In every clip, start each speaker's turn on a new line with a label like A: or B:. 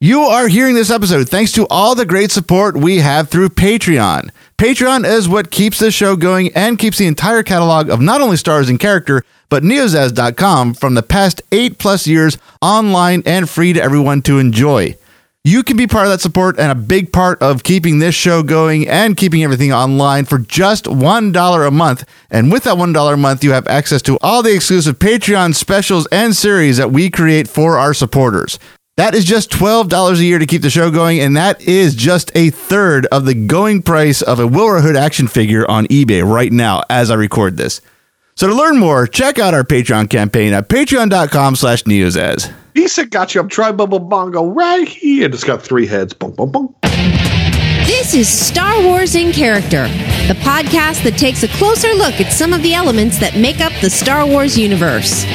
A: You are hearing this episode thanks to all the great support we have through Patreon. Patreon is what keeps this show going and keeps the entire catalog of not only stars and character, but neozaz.com from the past eight plus years online and free to everyone to enjoy. You can be part of that support and a big part of keeping this show going and keeping everything online for just $1 a month. And with that $1 a month, you have access to all the exclusive Patreon specials and series that we create for our supporters. That is just $12 a year to keep the show going, and that is just a third of the going price of a Wilra Hood action figure on eBay right now as I record this. So to learn more, check out our Patreon campaign at patreon.com slash neozaz.
B: Decent got you up. Try Bubble Bongo right here. It's got three heads. Boom, boom, boom.
C: This is Star Wars in Character, the podcast that takes a closer look at some of the elements that make up the Star Wars universe.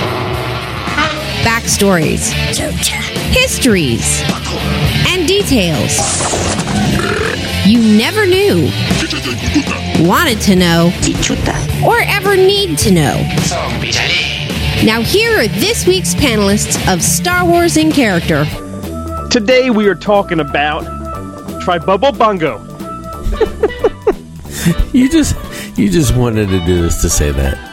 C: Backstories, histories, and details you never knew, wanted to know, or ever need to know. Now, here are this week's panelists of Star Wars in Character.
D: Today we are talking about Tribubble Bongo.
E: You just you just wanted to do this to say that.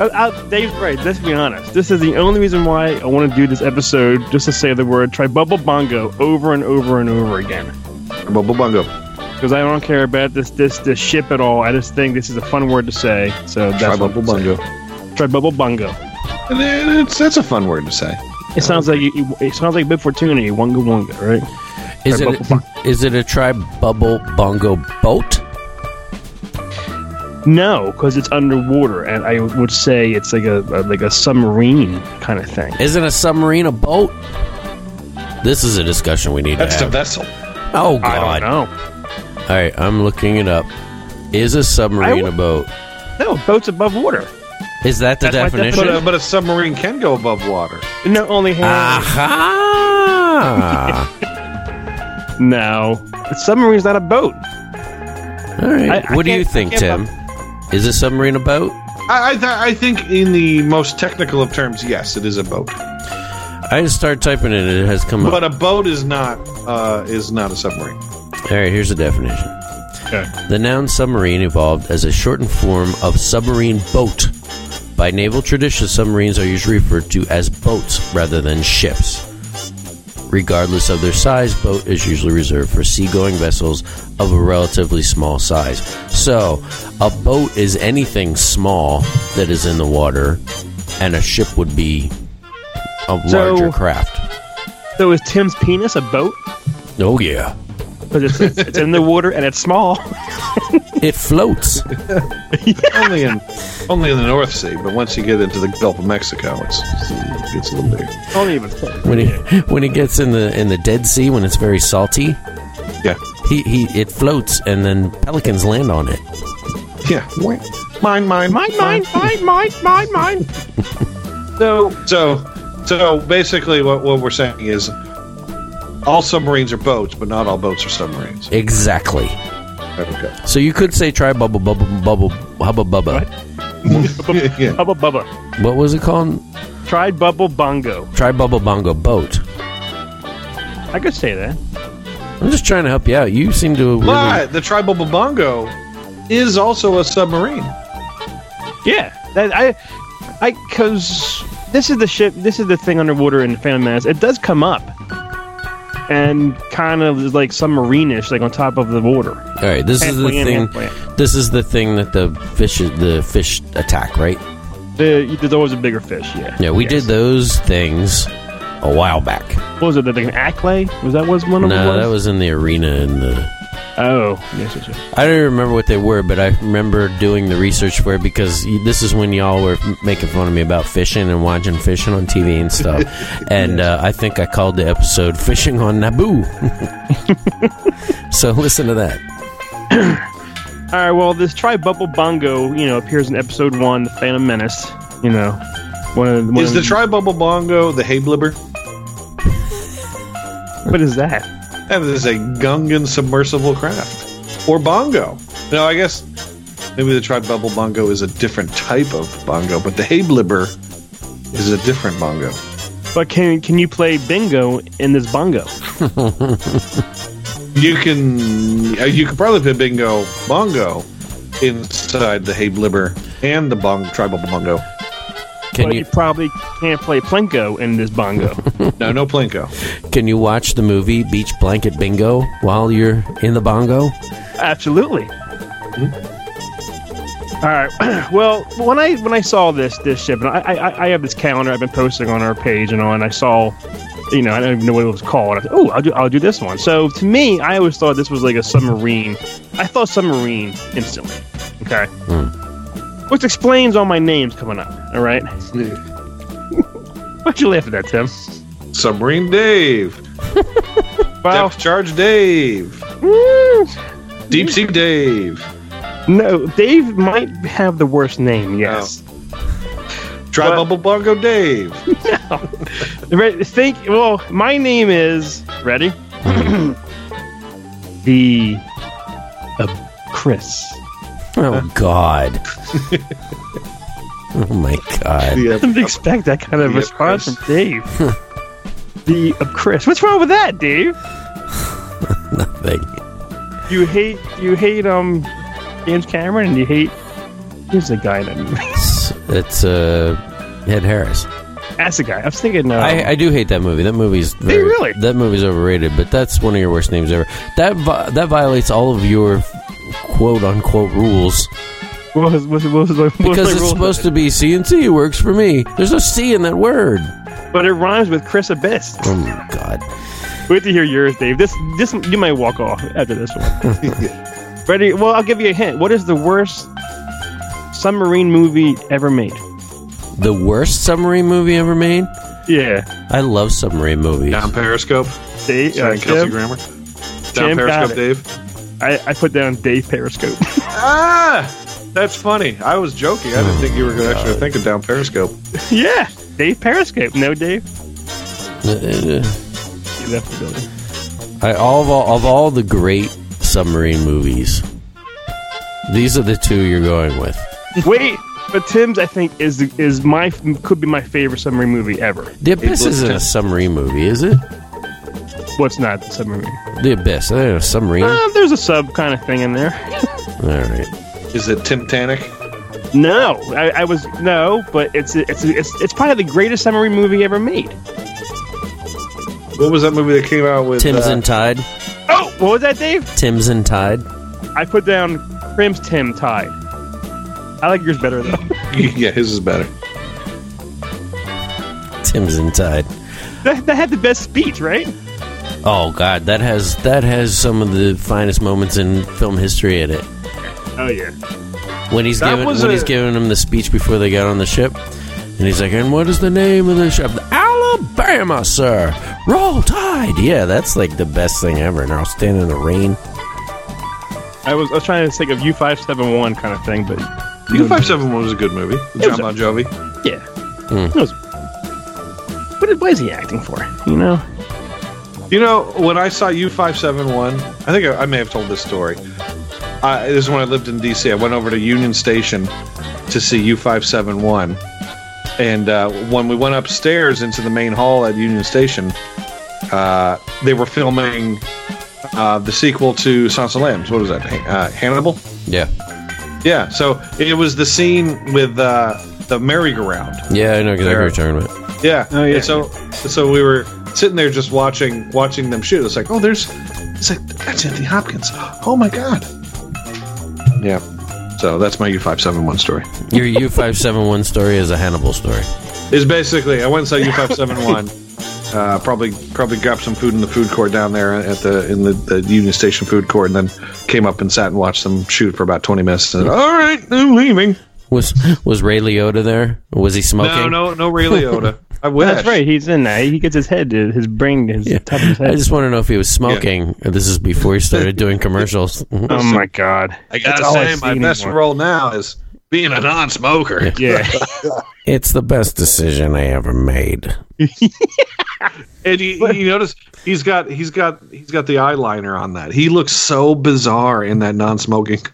D: Uh, uh, Dave's right. Let's be honest. This is the only reason why I want to do this episode, just to say the word Tribubble Bongo over and over and over again.
B: Bubble Bongo.
D: Because I don't care about this this this ship at all. I just think this is a fun word to say. So that's
B: Try
D: what
B: Bubble
D: I'm
B: Bongo.
D: saying. Tribubble Bongo.
B: And then it's, that's a fun word to say.
D: It sounds like you, you- it sounds like Big Fortuna. You wonga wonga, right?
E: Is it
D: Tribe Bubble
E: a, is it a tribe bubble bongo boat?
D: No, because it's underwater, and I would say it's like a, a like a submarine kind of thing.
E: Isn't a submarine a boat? This is a discussion we need
B: That's the
E: to have.
B: vessel.
E: oh God!
D: I don't know.
E: All right, I'm looking it up. Is a submarine
D: I
E: a boat?
D: No, boats above water.
E: Is that the
D: That's my
E: definition?
B: But a, but a submarine can go above water.
D: No, only hand.
E: Aha!
D: No, a submarine's not a boat.
E: All right.
D: I- I
E: what do you
D: can't- I
E: think, Tim?
D: can't-
E: Is a submarine a boat?
B: I, I, th- I think, in the most technical of terms, yes, it is a boat.
E: I just started typing it. It has come
B: But
E: up.
B: a boat is not uh, is not a submarine.
E: All right. Here's the definition.
D: Okay.
E: The noun submarine evolved as a shortened form of submarine boat. By naval tradition, submarines are usually referred to as boats rather than ships. Regardless of their size, boat is usually reserved for seagoing vessels of a relatively small size. So, a boat is anything small that is in the water, and a ship would be a
D: So-
E: larger craft.
D: So is Tim's penis a boat?
E: Oh, yeah.
D: Because it's, it's, it's in the water and it's small.
E: It floats.
B: only in only in the North Sea, but once you get into the Gulf of Mexico, it's it's, it's a little bigger.
D: Only even close.
E: when he when it gets in the in the Dead Sea when it's very salty,
B: Yeah,
E: he, he it floats and then pelicans land on it.
B: yeah. Mine, mine,
D: Mine, mine, mine, mine, mine, mine. so
B: So, so basically, what what we're saying is, all submarines are boats, but not all boats are submarines.
E: Exactly.
B: Okay.
E: So you could say try bubble bubble bubble hubba bubba.
B: yeah.
D: Bubba Bubba.
E: What was it called?
D: Tried Bubble Bongo.
E: Try bubble bongo boat.
D: I could say that.
E: I'm just trying to help you out. You seem to really,
B: But the tribal bongo is also a submarine.
D: Yeah. That I I cause this is the ship this is the thing underwater in Phantom Menace. It does come up. And kind of is like submarine-ish, like on top of the water.
E: all right. This is the
D: Halfway in,
E: thing.
D: halfway out.
E: This is the thing that the fish the fish attack right.
D: The, there's always a bigger fish, yeah.
E: Yeah, we
D: Yes.
E: did those things a while back.
D: What was it? Like an aclay? Was that was one of them?
E: No, that was in the arena in the
D: Oh, yes, yes, yes.
E: I don't even remember what they were, but I remember doing the research for it because y- this is when y'all were m- making fun of me about fishing and watching fishing on TV and stuff. and uh, I think I called the episode "Fishing on Naboo." so listen to that.
D: All right, well, this tribubble bongo, you know, appears in episode one, The Phantom Menace. You know, one of one
B: Is
D: of-
B: the tribal bongo the hay blibber?
D: What is that?
B: That is a Gungan submersible craft. Or bongo. No, I guess maybe the tribubble bongo is a different type of bongo, but the hay blibber is a different bongo.
D: But can can you play bingo in this bongo?
B: You can uh, you can probably play bingo bongo inside the hay blibber and the bong tribal bongo.
E: Can
D: but
E: you
D: you probably can't play plinko in this bongo.
B: No, no plinko.
E: can you watch the movie Beach Blanket Bingo while you're in the bongo?
D: Absolutely. All right. Well, when I when I saw this this ship, and I, I I have this calendar I've been posting on our page and all, and I saw, you know, I don't even know what it was called. I was, oh, I'll do I'll do this one. So to me, I always thought this was like a submarine. I thought submarine instantly. Okay. Which explains all my names coming up. All right. Why'd you laugh at that, Tim?
B: Submarine Dave,
D: Well, mm,
B: depth charge Dave, deep sea Dave,
D: no, Dave might have the worst name. Yes.
B: tribal bongo Dave.
D: Right, think. Well, my name is ready. the uh, Chris.
E: Oh God. oh my God.
D: I didn't expect that kind of
B: The
D: response
B: Chris.
D: from Dave. the uh, Chris. What's wrong with that, Dave?
E: Nothing.
D: You hate. You hate um James Cameron, and you hate. Who's the guy that?
E: It's, it's uh, Ed Harris.
D: That's the guy. I was thinking. Um,
E: I, I do hate that movie. That movie's very,
D: really?
E: that movie's overrated. But that's one of your worst names ever. That vi- that violates all of your quote unquote rules
D: what was, what was, what was, what was
E: because
D: my
E: it's
D: rule?
E: supposed to be C and C works for me. There's no C in that word.
D: But it rhymes with Chris Abyss.
E: Oh my God.
D: Wait to hear yours, Dave. This, this, you might walk off after this one. Ready? Well, I'll give you a hint. What is the worst submarine movie ever made?
E: The worst submarine movie ever made.
D: Yeah,
E: I love submarine movies.
B: Down Periscope.
D: Dave. Uh,
B: Sorry, Kelsey
D: Dave
B: Grammer. Down
D: Jim
B: Periscope
D: got it.
B: Dave.
D: I, I put down Dave Periscope.
B: Ah! That's funny. I was joking. I didn't think you were going to actually think of Down Periscope.
D: yeah, Dave Periscope. No, Dave.
E: Uh,
D: You left the building.
E: I, all of all, of all the great submarine movies, these are the two you're going with.
D: Wait, but Tim's I think is is my could be my favorite submarine movie ever.
E: The Abyss
B: Blue
E: isn't a
B: Tint.
E: submarine movie, is it?
D: What's not the submarine?
E: The Abyss. I don't know, submarine.
D: Uh, there's a sub kind of thing in there.
E: All right.
B: Is it Titanic?
D: No, I, I was no, but it's it's it's it's probably the greatest submarine movie ever made.
B: What was that movie that came out with?
E: Tim's
B: uh,
E: and Tide.
D: Oh, what was that, Dave?
E: Tim's and Tide.
D: I put down Crim's Tim Tide. I like yours better though.
B: yeah, his is better.
E: Tim's and Tide.
D: that, that had the best speech, right?
E: Oh God, that has that has some of the finest moments in film history in it.
D: Oh yeah.
E: When he's
B: That
E: giving
B: was
E: when
B: a-
E: he's giving him the speech before they got on the ship, and he's like, "And what is the name of the ship? Alabama, sir. Roll Tide." Yeah, that's like the best thing ever. And I'll stand in the rain.
D: I was I was trying to think of U five seven one kind of thing, but
B: U five seven one was a good movie. With John Bon Jovi.
D: yeah.
B: Hmm.
D: It was- What is- what is he acting for? You know?
B: You know, when I saw U571, I think I, I may have told this story. I, this is when I lived in D.C. I went over to Union Station to see U571. And uh, when we went upstairs into the main hall at Union Station, uh, they were filming uh, the sequel to Sans Lambs. What was that? Uh, Hannibal?
E: Yeah,
B: Yeah. So it was the scene with uh, the merry-go-round.
E: yeah, I know exactly what
B: Sure.
E: you're talking about.
B: Yeah.
D: Oh, yeah.
B: And so so we were sitting there just watching watching them shoot. It's like, oh, there's it's like that's Anthony Hopkins. Oh my god. Yeah. So that's my U five seven one story.
E: Your U five seven one story is a Hannibal story.
B: Is basically I went and saw U five seven one. Uh, probably probably grabbed some food in the food court down there at the in the, the Union Station food court, and then came up and sat and watched them shoot for about twenty minutes. And all right, I'm leaving.
E: Was was Ray Liotta there? Was he smoking?
B: No, no, no, Ray Liotta. I wish.
D: That's right, he's in that. He gets his head his brain his top of his
E: I
D: head.
E: just want to know if he was smoking. This is before he started doing commercials.
B: Uh-huh.
D: Oh my god.
B: I gotta
D: That's all
B: say,
D: I
B: my
D: see
B: best
D: anymore.
B: role now is being a non-smoker.
D: Yeah.
E: It's the best decision I ever made.
B: And you, you notice he's got he's got he's got the eyeliner on that. He looks so bizarre in that non-smoking.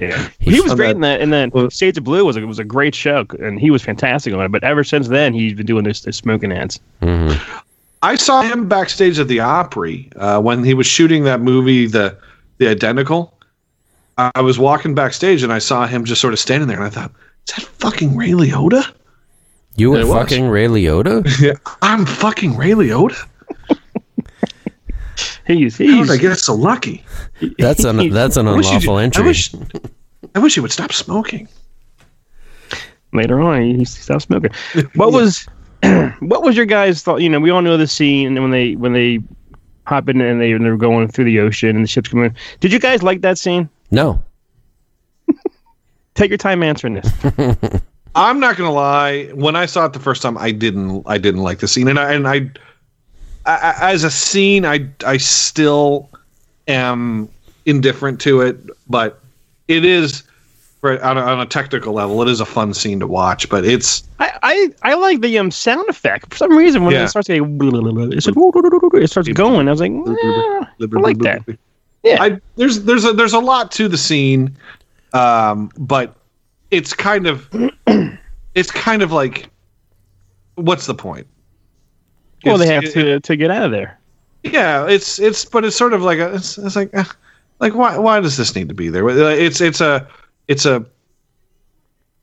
D: Yeah. He was
B: on
D: great
B: that-
D: in that. And then
B: Well-
D: Shades of Blue was a, was a great show, and he was fantastic on it. But ever since then, he's been doing this, this smoking ads.
B: I saw him backstage at the Opry uh, when he was shooting that movie, the the Identical. I I was walking backstage and I saw him just sort of standing there, and I thought, "Is that fucking Ray Liotta?
E: You were
B: It was.
E: fucking Ray Liotta?
B: Yeah, I'm fucking Ray Liotta.
D: He's
B: How did
D: he's
B: I get so lucky?
E: That's an that's an
B: I wish he'd-
E: unlawful entry.
B: I wish, I wish he would stop smoking.
D: later on he, he stopped smoking. What was what was your guys' thought? You know, we all know the scene when they when they hop in and they and they're going through the ocean and the ships coming. Did you guys like that scene?
E: no.
D: Take your time answering this.
B: I'm not gonna lie. When I saw it the first time, I didn't. I didn't like the scene, and I and I, I I- as a scene, I I still am indifferent to it. But it is for, on, a, on a technical level, it is a fun scene to watch. But it's
D: I, I, I like the um sound effect. For some reason, when
B: Yeah.
D: it starts going, it's like, it starts going. I was like, "Yeah, I like that. Yeah.
B: I there's there's a there's a lot to the scene, um, but it's kind of it's kind of like what's the point?
D: Well, they
B: It's- it-
D: have to to get out of there.
B: yeah it's it's but it's sort of like a, it's, it's like uh, like why why does this need to be there it's it's a it's a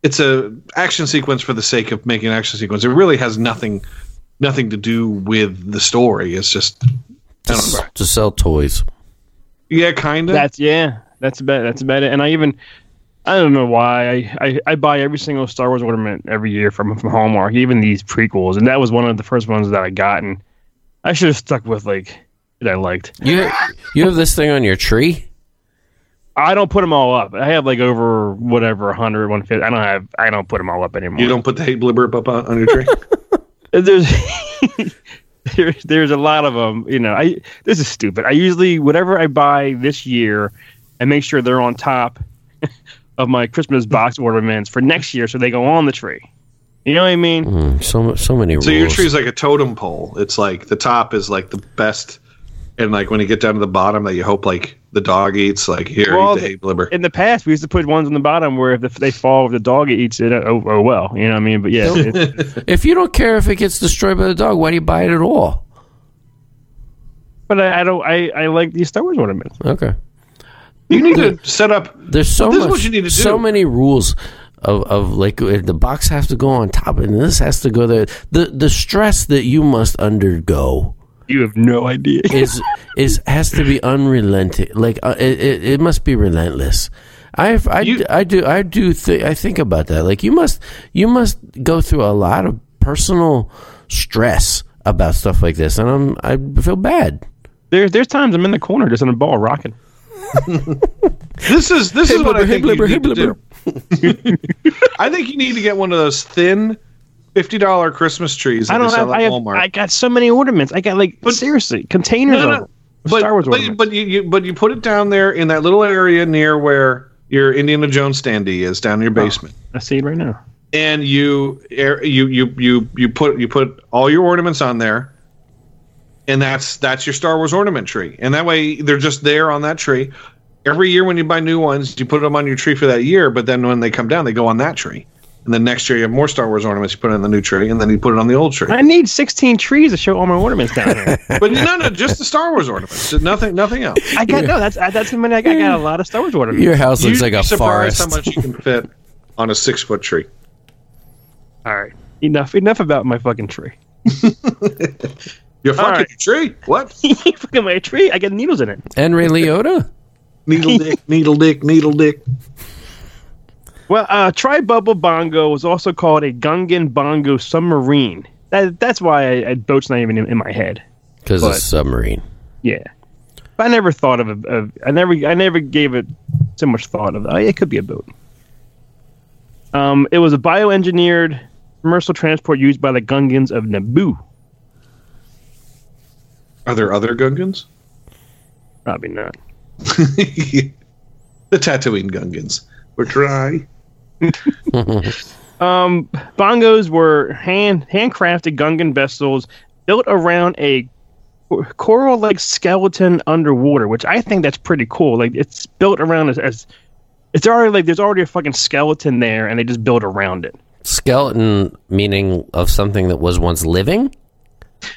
B: it's a action sequence for the sake of making an action sequence it really has nothing nothing to do with the story it's just
E: To, s- to sell toys.
B: yeah kind of
D: That's yeah. That's about that's about it. And I even I don't know why I, I, I buy every single Star Wars ornament every year from from Hallmark, even these prequels, and that was one of the first ones that I got. And I should have stuck with like that I liked.
E: You you have this thing on your tree?
D: I don't put them all up. I have like over whatever 100, 150. I don't have I don't put them all up anymore.
B: you don't put the hate blibber up uh, on, on your tree
D: there's there's there's a lot of them. You know, I this is stupid. I usually whatever I buy this year, I make sure they're on top of my Christmas box ornaments for next year, so they go on the tree. You know what I mean?
E: Mm, so mu- so many rules.
B: so your tree's like a totem pole it's like the top is like the best and like when you get down to the bottom that you hope like the dog eats like here
D: Well,
B: eat the hate blibber
D: In the past, we used to put ones on the bottom where if the- they fall, if the dog eats it, oh, oh well. You know what I mean? But yeah, it's-
E: if you don't care if it gets destroyed by the dog, why do you buy it at all?
D: but I, I don't. I, I like these Star Wars ornaments.
E: Okay.
B: you need to set up
E: There's so
B: This is
E: much,
B: what you need to
E: so
B: do.
E: many rules of, of like uh, the box has to go on top and this has to go there. The the stress that you must undergo
D: You have no idea.
E: is is has to be unrelenting. Like uh, it, it, it must be relentless. I've, I,
B: You-
E: d- I do I do th- I think about that. Like you must you must go through a lot of personal stress about stuff like this, and I'm I feel bad.
D: There's there's times I'm in the corner just on a ball rocking.
B: This is this is what
E: blubber,
B: I
E: hey,
B: think
E: blubber,
B: you
E: hey,
B: need to do. I think you need to get one of those thin fifty dollar Christmas trees. That I
D: I don't have. I,
B: at
D: have
B: Walmart.
D: I got so many ornaments. I got like seriously containers
B: No, no,
D: of
B: no.
D: of
B: but,
D: Star Wars
B: but, you-
D: ornaments.
B: but you, you but you put it down there in that little area near where your Indiana Jones standee is down in your basement.
D: I see it right now.
B: and you air- you you you you put you put all your ornaments on there and that's that's your Star Wars ornament tree and that way they're just there on that tree every year when you buy new ones you put them on your tree for that year but then when they come down they go on that tree and then next year you have more Star Wars ornaments you put it on the new tree and then you put it on the old tree
D: I need 16 trees to show all my ornaments down here.
B: but no no just the Star Wars ornaments nothing nothing else
D: I got no. That's I- that's how many I got. I got a lot of Star Wars ornaments.
E: Your house looks
B: You'd
E: like
B: be
E: a
B: surprised
E: forest.
B: how much you can fit on a six foot tree
D: All right. Enough. Enough about my fucking tree.
B: you're fucking
D: right.
B: your tree what
D: fucking my tree. I got needles in it.
E: and Ray Liotta.
B: needle dick needle dick needle dick
D: Well, uh, tri bubble bongo was also called a Gungan bongo submarine. That, that's why I, I boat's not even in, in my head.
E: Because
D: But-
E: it's submarine.
D: Yeah. But I never thought of, a- of I never I never gave it so much thought of oh, it could be a boat. Um, it was a bioengineered commercial transport used by the Gungans of Naboo.
B: are there other Gungans
D: Probably not.
B: the Tatooine Gungans were dry.
D: Um, bongos were hand handcrafted Gungan vessels built around a coral like skeleton underwater, which I think that's pretty cool. Like it's built around as, as It's already like there's already a fucking skeleton there, and they just build around it.
E: Skeleton meaning of something that was once living?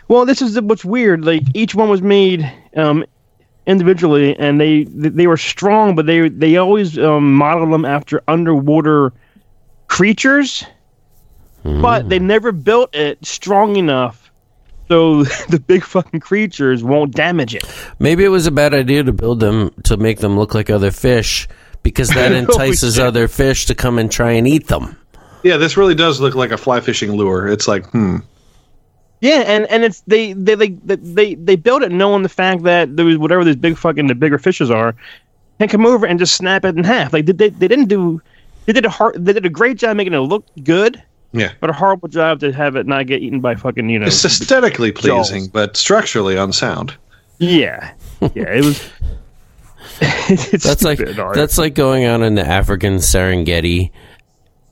D: Well, this is what's weird. Like each one was made um, individually, and they they were strong, but they they always um, modeled them after underwater creatures. But they never built it strong enough so the big fucking creatures won't damage it.
E: Maybe it was a bad idea to build them to make them look like other fish because that entices
D: shit.
E: other fish to come and try and eat them.
B: Yeah, this really does look like a fly fishing lure. It's like, hmm.
D: Yeah, and and it's they they they they they build it knowing the fact that there was whatever these big fucking the bigger fishes are can come over and just snap it in half. Like they they, they didn't do they did a hard they did a great job making it look good,
B: Yeah.
D: but a horrible job to have it not get eaten by fucking you know.
B: It's aesthetically
D: Jaws.
B: pleasing, but structurally unsound.
D: yeah, yeah, it was. it's
E: That's like
D: stupid art.
E: that's like going out in the African Serengeti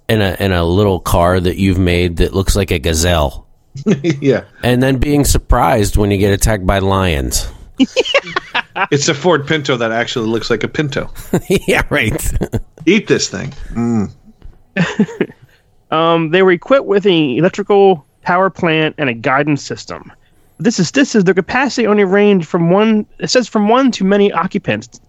E: in a in a little car that you've made that looks like a gazelle,
B: yeah.
E: and then being surprised when you get attacked by lions.
B: It's a Ford Pinto that actually looks like a Pinto.
E: yeah, right.
B: Eat this thing.
D: Um, they were equipped with an electrical power plant and a guidance system. This is this is their capacity only ranged from one. It says from one to many occupants.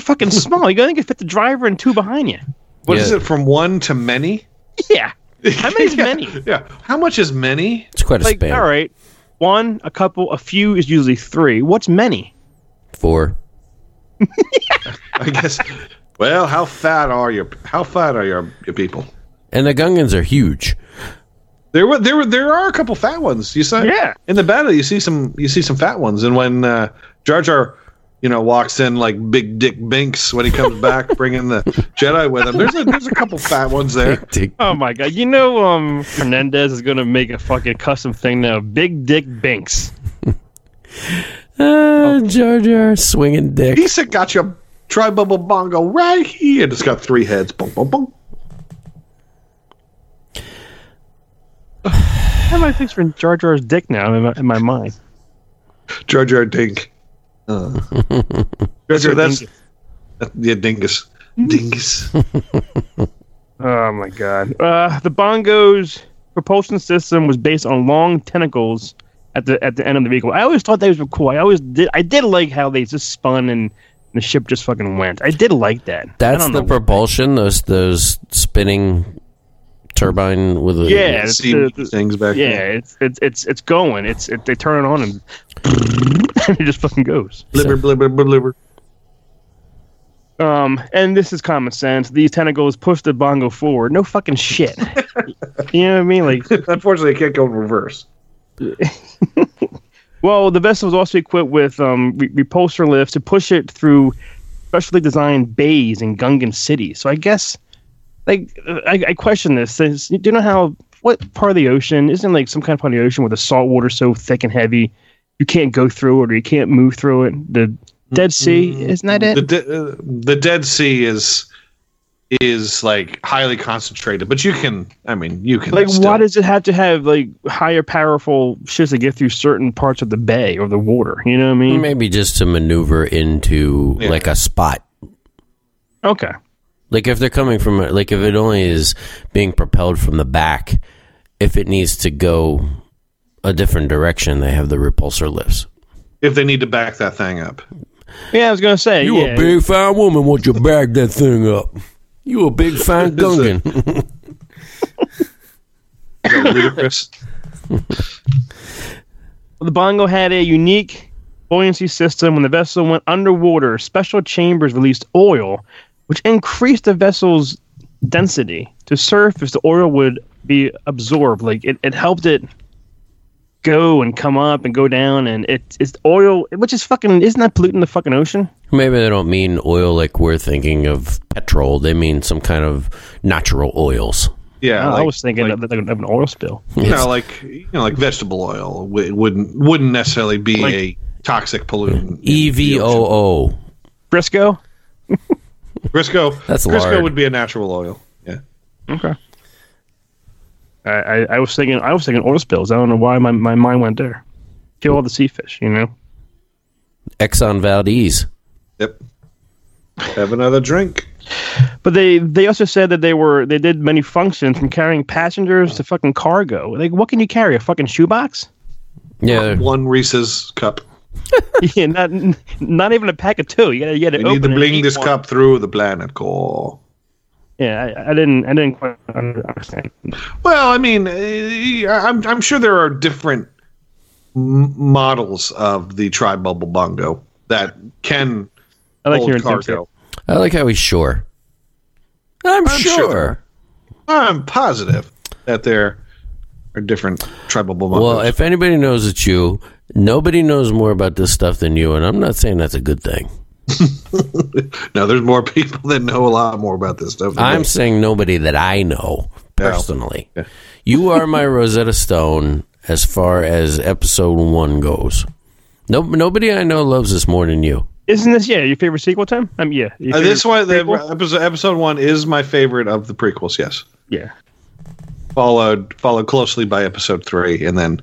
D: fucking small. You only can fit the driver and two behind you.
B: What is
E: Yeah.
B: it from one to many?
D: Yeah, how many's
B: Yeah,
D: many?
B: Yeah. How much is many?
E: It's quite a
D: Like
E: span.
D: all right, one, a couple, a few is usually three. What's many?
E: Four.
B: I guess. well, how fat are your how fat are your, your people?
E: And the Gungans are huge.
B: There were there were there are a couple fat ones. You saw
D: Yeah.
B: in the battle you see some you see some fat ones, and when uh, Jar Jar you know walks in like Big Dick Binks when he comes back bringing the Jedi with him, there's a there's a couple fat ones there.
D: Oh my god! You know, um, Hernandez is gonna make a fucking custom thing now. Big Dick Binks.
E: Ah, Jar Jar swinging dick.
B: He's got your tri bubble bongo right here. It's got three heads. Boom, boom, boom.
D: How am I picturing Jar Jar's dick now in my, in my mind?
B: Jar Jar Dink. Uh. Jar Jar, that's
D: Dingus.
B: that- yeah, dingus, dingus.
D: Oh my god. Uh, the Bongo's propulsion system was based on long tentacles at the at the end of the vehicle. I always thought those were cool. I always did. I did like how they just spun and the ship just fucking went. I did like that. I
E: That's
D: don't
E: the
D: know.
E: propulsion. Those those spinning turbine with a
D: yeah. it's
B: See
D: the- the-
B: things back.
D: yeah,
B: there.
D: it's it's it's it's going. It's it, they turn it on and it just fucking goes.
B: blibber blibber blibber.
D: Um, and this is common sense. These tentacles push the bongo forward. No fucking shit. you know what I mean? Like
B: Unfortunately, I can't go in reverse.
D: Well, the vessel was also equipped with um, re- repulsor lifts to push it through specially designed bays in Gungan City. So I guess, like, uh, I, I question this. Since, do you know how what part of the ocean isn't like some kind of part of the ocean where the salt water's so thick and heavy you can't go through it or you can't move through it? The Dead Sea isn't that
B: The
D: it?
B: de- uh, the Dead Sea is is like highly concentrated, but you can. I mean, you can.
D: Like,
B: still-
D: why does it have to have like higher powerful ships to get through certain parts of the bay or the water? You know what I mean?
E: Maybe just to maneuver into
B: Yeah.
E: like a spot.
D: Okay.
E: Like if they're coming from like if it only is being propelled from the back, if it needs to go a different direction, they have the repulsor lifts.
B: if they need to back that thing up?
D: Yeah, I was gonna say
E: You
D: yeah.
E: a big fine woman once you bag that thing up. You a big fine Gungan.
B: Is that ludicrous?
D: The Bongo had a unique buoyancy system when the vessel went underwater. Special chambers released oil, which increased the vessel's density. To surface, the oil would be absorbed. Like it, it helped it go and come up and go down, and it, it's oil, which is fucking isn't that polluting the fucking ocean?
E: Maybe they don't mean oil like we're thinking of petrol. They mean some kind of natural oils.
B: Yeah,
D: I
B: like-
D: was thinking
B: like-
D: of, of an oil spill.
B: you
E: Yes.
B: know, like you know, like vegetable oil w- wouldn't wouldn't necessarily be
D: Like-
B: a toxic pollutant.
E: E V O O.
D: Briscoe.
B: Crisco.
E: That's
B: Crisco
E: lard.
B: would be a natural oil. Yeah,
D: Okay. I, I, I was thinking I was thinking oil spills. I don't know why my, my mind went there. Kill all the sea fish, you know.
E: Exxon Valdez.
B: yep. Have another drink.
D: But they they also said that they were they did many functions from carrying passengers to fucking cargo. Like, what can you carry? A fucking shoebox?
E: Yeah,
B: One Reese's cup.
D: yeah, not not even a pack of two. You gotta you gotta
B: You
D: open
B: need to
D: it and
B: bring
D: eat
B: this
D: one.
B: cup through the planet core.
D: Yeah, I, I didn't I didn't quite understand.
B: Well, I mean, eh, I'm, I'm sure there are different m- models of the tri bubble bongo that can
D: I like
B: hold
D: hearing Tim say it.
B: cargo.
E: I like how he's sure. I'm,
B: sure.
E: sure.
B: I'm positive that there are different tri bubble bongos.
E: Well, if anybody knows it's you, nobody knows more about this stuff than you, and I'm not saying that's a good thing.
B: no, there's more people that know a lot more about this stuff. than
E: I'm
B: me. Uh,
E: saying nobody that I know
B: Yeah.
E: personally. You are my Rosetta Stone as far as episode one goes. No, nobody I know loves this more than you.
D: Isn't this yeah your favorite sequel, Tim? Um, yeah. your
B: Uh, this
D: favorite
B: one, the
D: prequel?
B: episode, episode one, is my favorite of the prequels. Yes,
D: yeah.
B: followed followed closely by episode three, and then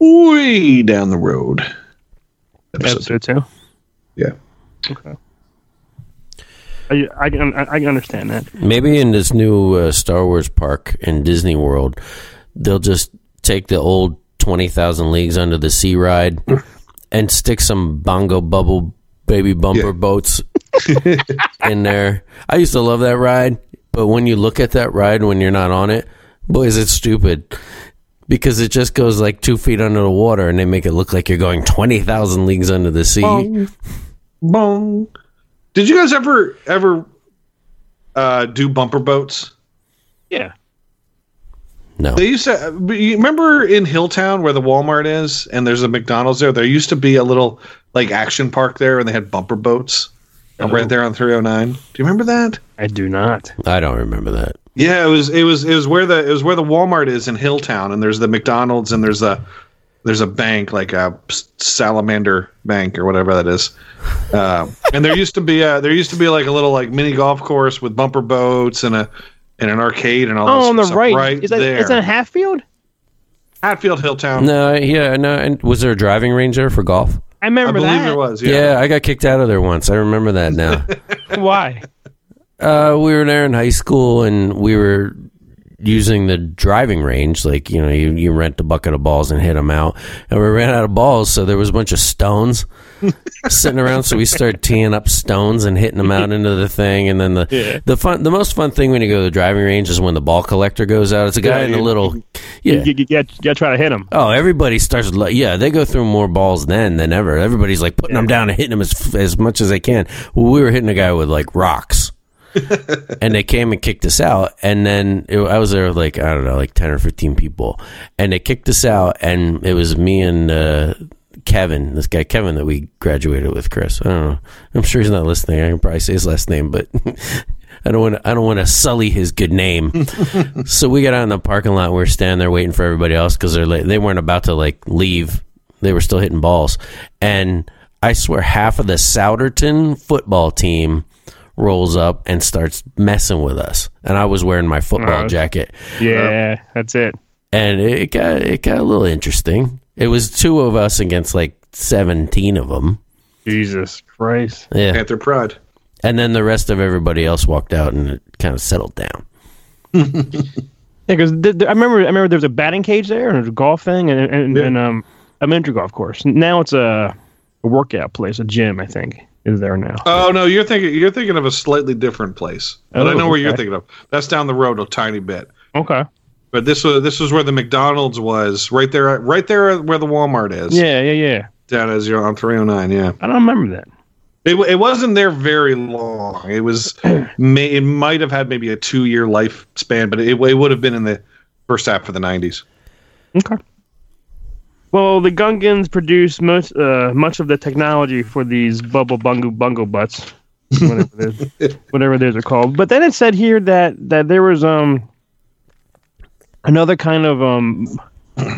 B: way down the road. Episode,
D: Episode two.
B: yeah.
D: I, I can I, I can understand that.
E: Maybe in this new uh, Star Wars park in Disney World, they'll just take the old 20,000 Leagues Under the Sea ride and stick some bongo bubble baby bumper
B: Yeah.
E: boats in there. I used to love that ride, but when you look at that ride when you're not on it, boy, is it stupid. Because it just goes like two feet under the water and they make it look like you're going 20,000 leagues under the sea.
B: Bong, bong. Did you guys ever ever uh, do bumper boats?
D: Yeah.
E: No.
B: They used to. but You remember in Hilltown where the Walmart is, and there's a McDonald's there. There used to be a little like action park there, and they had bumper boats right there on 309. Do you remember that?
D: I do not.
E: I don't remember that.
B: Yeah, it was it was it was where the it was where the Walmart is in Hilltown, and there's the McDonald's, and there's a there's a bank like a salamander bank or whatever that is. Um, and there used to be a there used to be like a little like mini golf course with bumper boats and a and an arcade and all. this
D: Oh, on the
B: stuff
D: right.
B: right
D: is that
B: there.
D: is that Hatfield?
B: Hatfield Hilltown.
E: No, yeah, no. And was there a driving range there for golf?
B: I
D: I remember
B: believe
D: that.
B: there was. Yeah.
E: Yeah. I got kicked out of there once. I remember that now.
D: Why?
E: uh, we were there in high school and we were using the driving range. Like, you know, you, you rent a bucket of balls and hit them out. And we ran out of balls, so there was a bunch of stones sitting around. So we started teeing up stones and hitting them out into the thing. And then the, the fun, the most fun thing when you go to the driving range is when the ball collector goes out. It's a guy in a
B: you-
E: little.
D: You,
E: Yeah.
D: you, you, gotta- you gotta try to hit him.
E: Oh, everybody starts. Lo- yeah, they go through more balls then than ever. Everybody's like putting them down and hitting them as as much as they can. Well, we were hitting a guy with like rocks, and they came and kicked us out. And then it, I was there with like I don't know, like ten or fifteen people, and they kicked us out. And it was me and uh, Kevin, this guy Kevin that we graduated with, Chris. I don't know. I'm sure he's not listening. I can probably say his last name, but. I don't want to. I don't want to sully his good name. So we got out in the parking lot. and We were standing there waiting for everybody else because they're late. they weren't about to like leave. They were still hitting balls, and I swear half of the Souderton football team rolls up and starts messing with us. And I was wearing my football
D: Oh.
E: jacket,
D: Yeah, that's it.
E: and it got it got a little interesting. It was two of us against like seventeen of them.
D: Jesus Christ.
E: Yeah,
B: Panther Pride.
E: and then the rest of everybody else walked out, and it kind of settled down.
D: Yeah, because th- th- I remember I remember there was a batting cage there and a golf thing and and, and um a miniature golf course. Now it's a, a workout place, a gym, I think, is there now.
B: Oh no, you're thinking you're thinking of a slightly different place. But I
D: Oh,
B: know where you're
D: okay.
B: thinking of. That's down the road a tiny bit.
D: Okay.
B: But this was this was where the McDonald's was, right there, right there where the Walmart is.
D: Yeah, yeah, yeah.
B: down as you're on 309. Yeah,
D: I don't remember that.
B: it, wa- it wasn't there very long. It was, may, it might have had maybe a two year lifespan, but it, it would have been in the first half of the 90s.
D: Okay. Well, the Gungans produce most uh, much of the technology for these bubble bungo bungo butts, whatever those, whatever those are called. But then it said here that that there was um another kind of um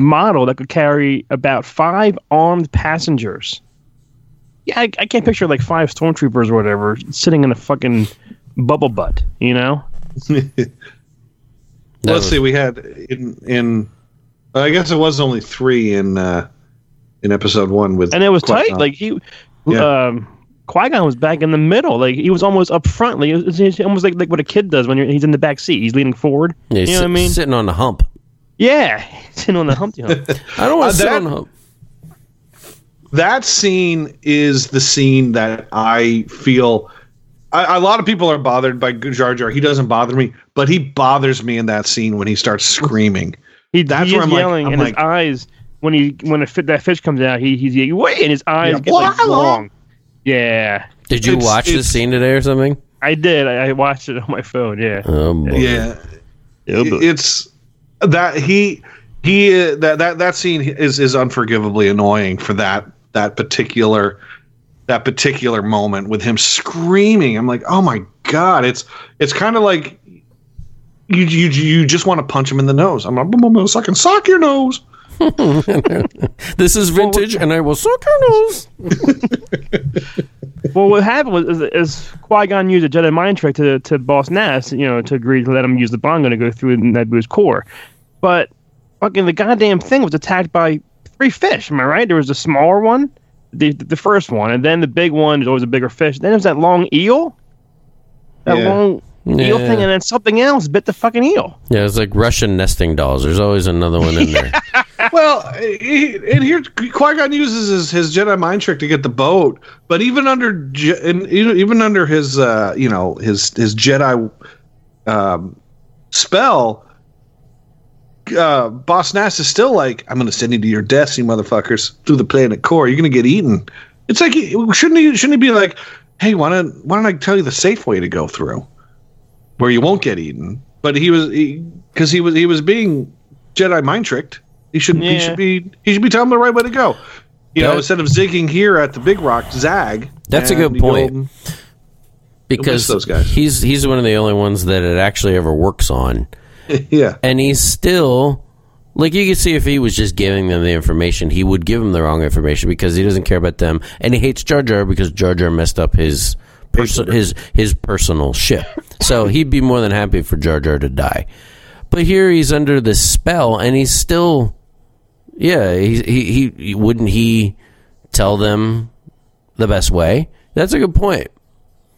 D: model that could carry about five armed passengers. Yeah, I, I can't picture like five stormtroopers or whatever sitting in a fucking bubble butt, you know?
E: That
B: Let's
E: was-
B: see, we had in in, I guess it was only three in uh in episode one with,
D: and it was tight.
B: Qui-Gon.
D: Like he,
B: Yeah.
D: um, Qui Gon was back in the middle. Like he was almost up front. Like it was- it's almost like, like what a kid does when you're, he's in the back seat. He's leaning forward.
E: Yeah,
D: you know
E: sit-
D: what I mean?
E: Sitting on the hump.
D: Yeah, sitting on the Humpty Hump.
E: I don't want
B: Uh,
E: to sit
B: that-
E: on the hump.
B: that scene is the scene that I feel. I, a lot of people are bothered by Jar Jar. He doesn't bother me, but he bothers me in that scene when he starts screaming.
D: He,
B: That's
D: he
B: where
D: is
B: I'm like-
D: yelling,
B: I'm
D: and
B: like-
D: his eyes when he when a fit, that fish comes out, he he's yelling, wait, and his eyes
B: Yeah.
D: get like
B: Wah, wah.
D: long. Yeah,
E: Did you
B: It's-
E: watch the
B: it's-
E: scene today or something?
D: I did. I, I watched it on my phone. Yeah,
E: Oh boy.
B: Yeah, it's that he he uh, that that that scene is is unforgivably annoying for that that particular that particular moment with him screaming. I'm like, oh my god! It's it's kind of like you you you just want to punch him in the nose. I'm like, "Boom, boom, boom, suck and sock your nose.
E: This is vintage, and I will suck your nose.
D: Well, what happened was is, is Qui Gon used a Jedi mind trick to to boss Nass, you know, to agree to let him use the bongo to go through Nebu's core. But fucking the goddamn thing was attacked by three fish. Am I right? There was a smaller one, the the first one, and then the big one. There's always a bigger fish. Then there's that long eel, that
B: Yeah.
D: long eel
E: Yeah.
D: thing, and then something else bit the fucking eel.
E: Yeah, it's like Russian nesting dolls. There's always another one in there.
B: Well, he, and here Qui Gon uses his, his Jedi mind trick to get the boat, but even under Je- and even even under his uh, you know his his Jedi um, spell, uh, Boss Nass is still like, "I'm going to send you to your deaths, you motherfuckers, through the planet core. You're going to get eaten." It's like he- shouldn't he shouldn't he be like, "Hey, why don't why don't I tell you the safe way to go through, where you won't get eaten?" But he was because he, was he was being Jedi mind tricked. He should
D: Yeah.
B: he should be he should be telling him the right way to go. You know,
E: That-
B: instead of zigging here at the big rock, zag.
E: That's a
B: and
E: good
B: you go-
E: point. Because
B: those guys.
E: he's he's one of the only ones that it actually ever works on.
B: yeah,
E: and he's still like you can see if he was just giving them the information, he would give them the wrong information because he doesn't care about them, and he hates Jar Jar because Jar Jar messed up his perso- his his personal ship. So he'd be more than happy for Jar Jar to die, but here he's under this spell, and he's still, yeah, he he, he wouldn't he tell them the best way? That's a good point.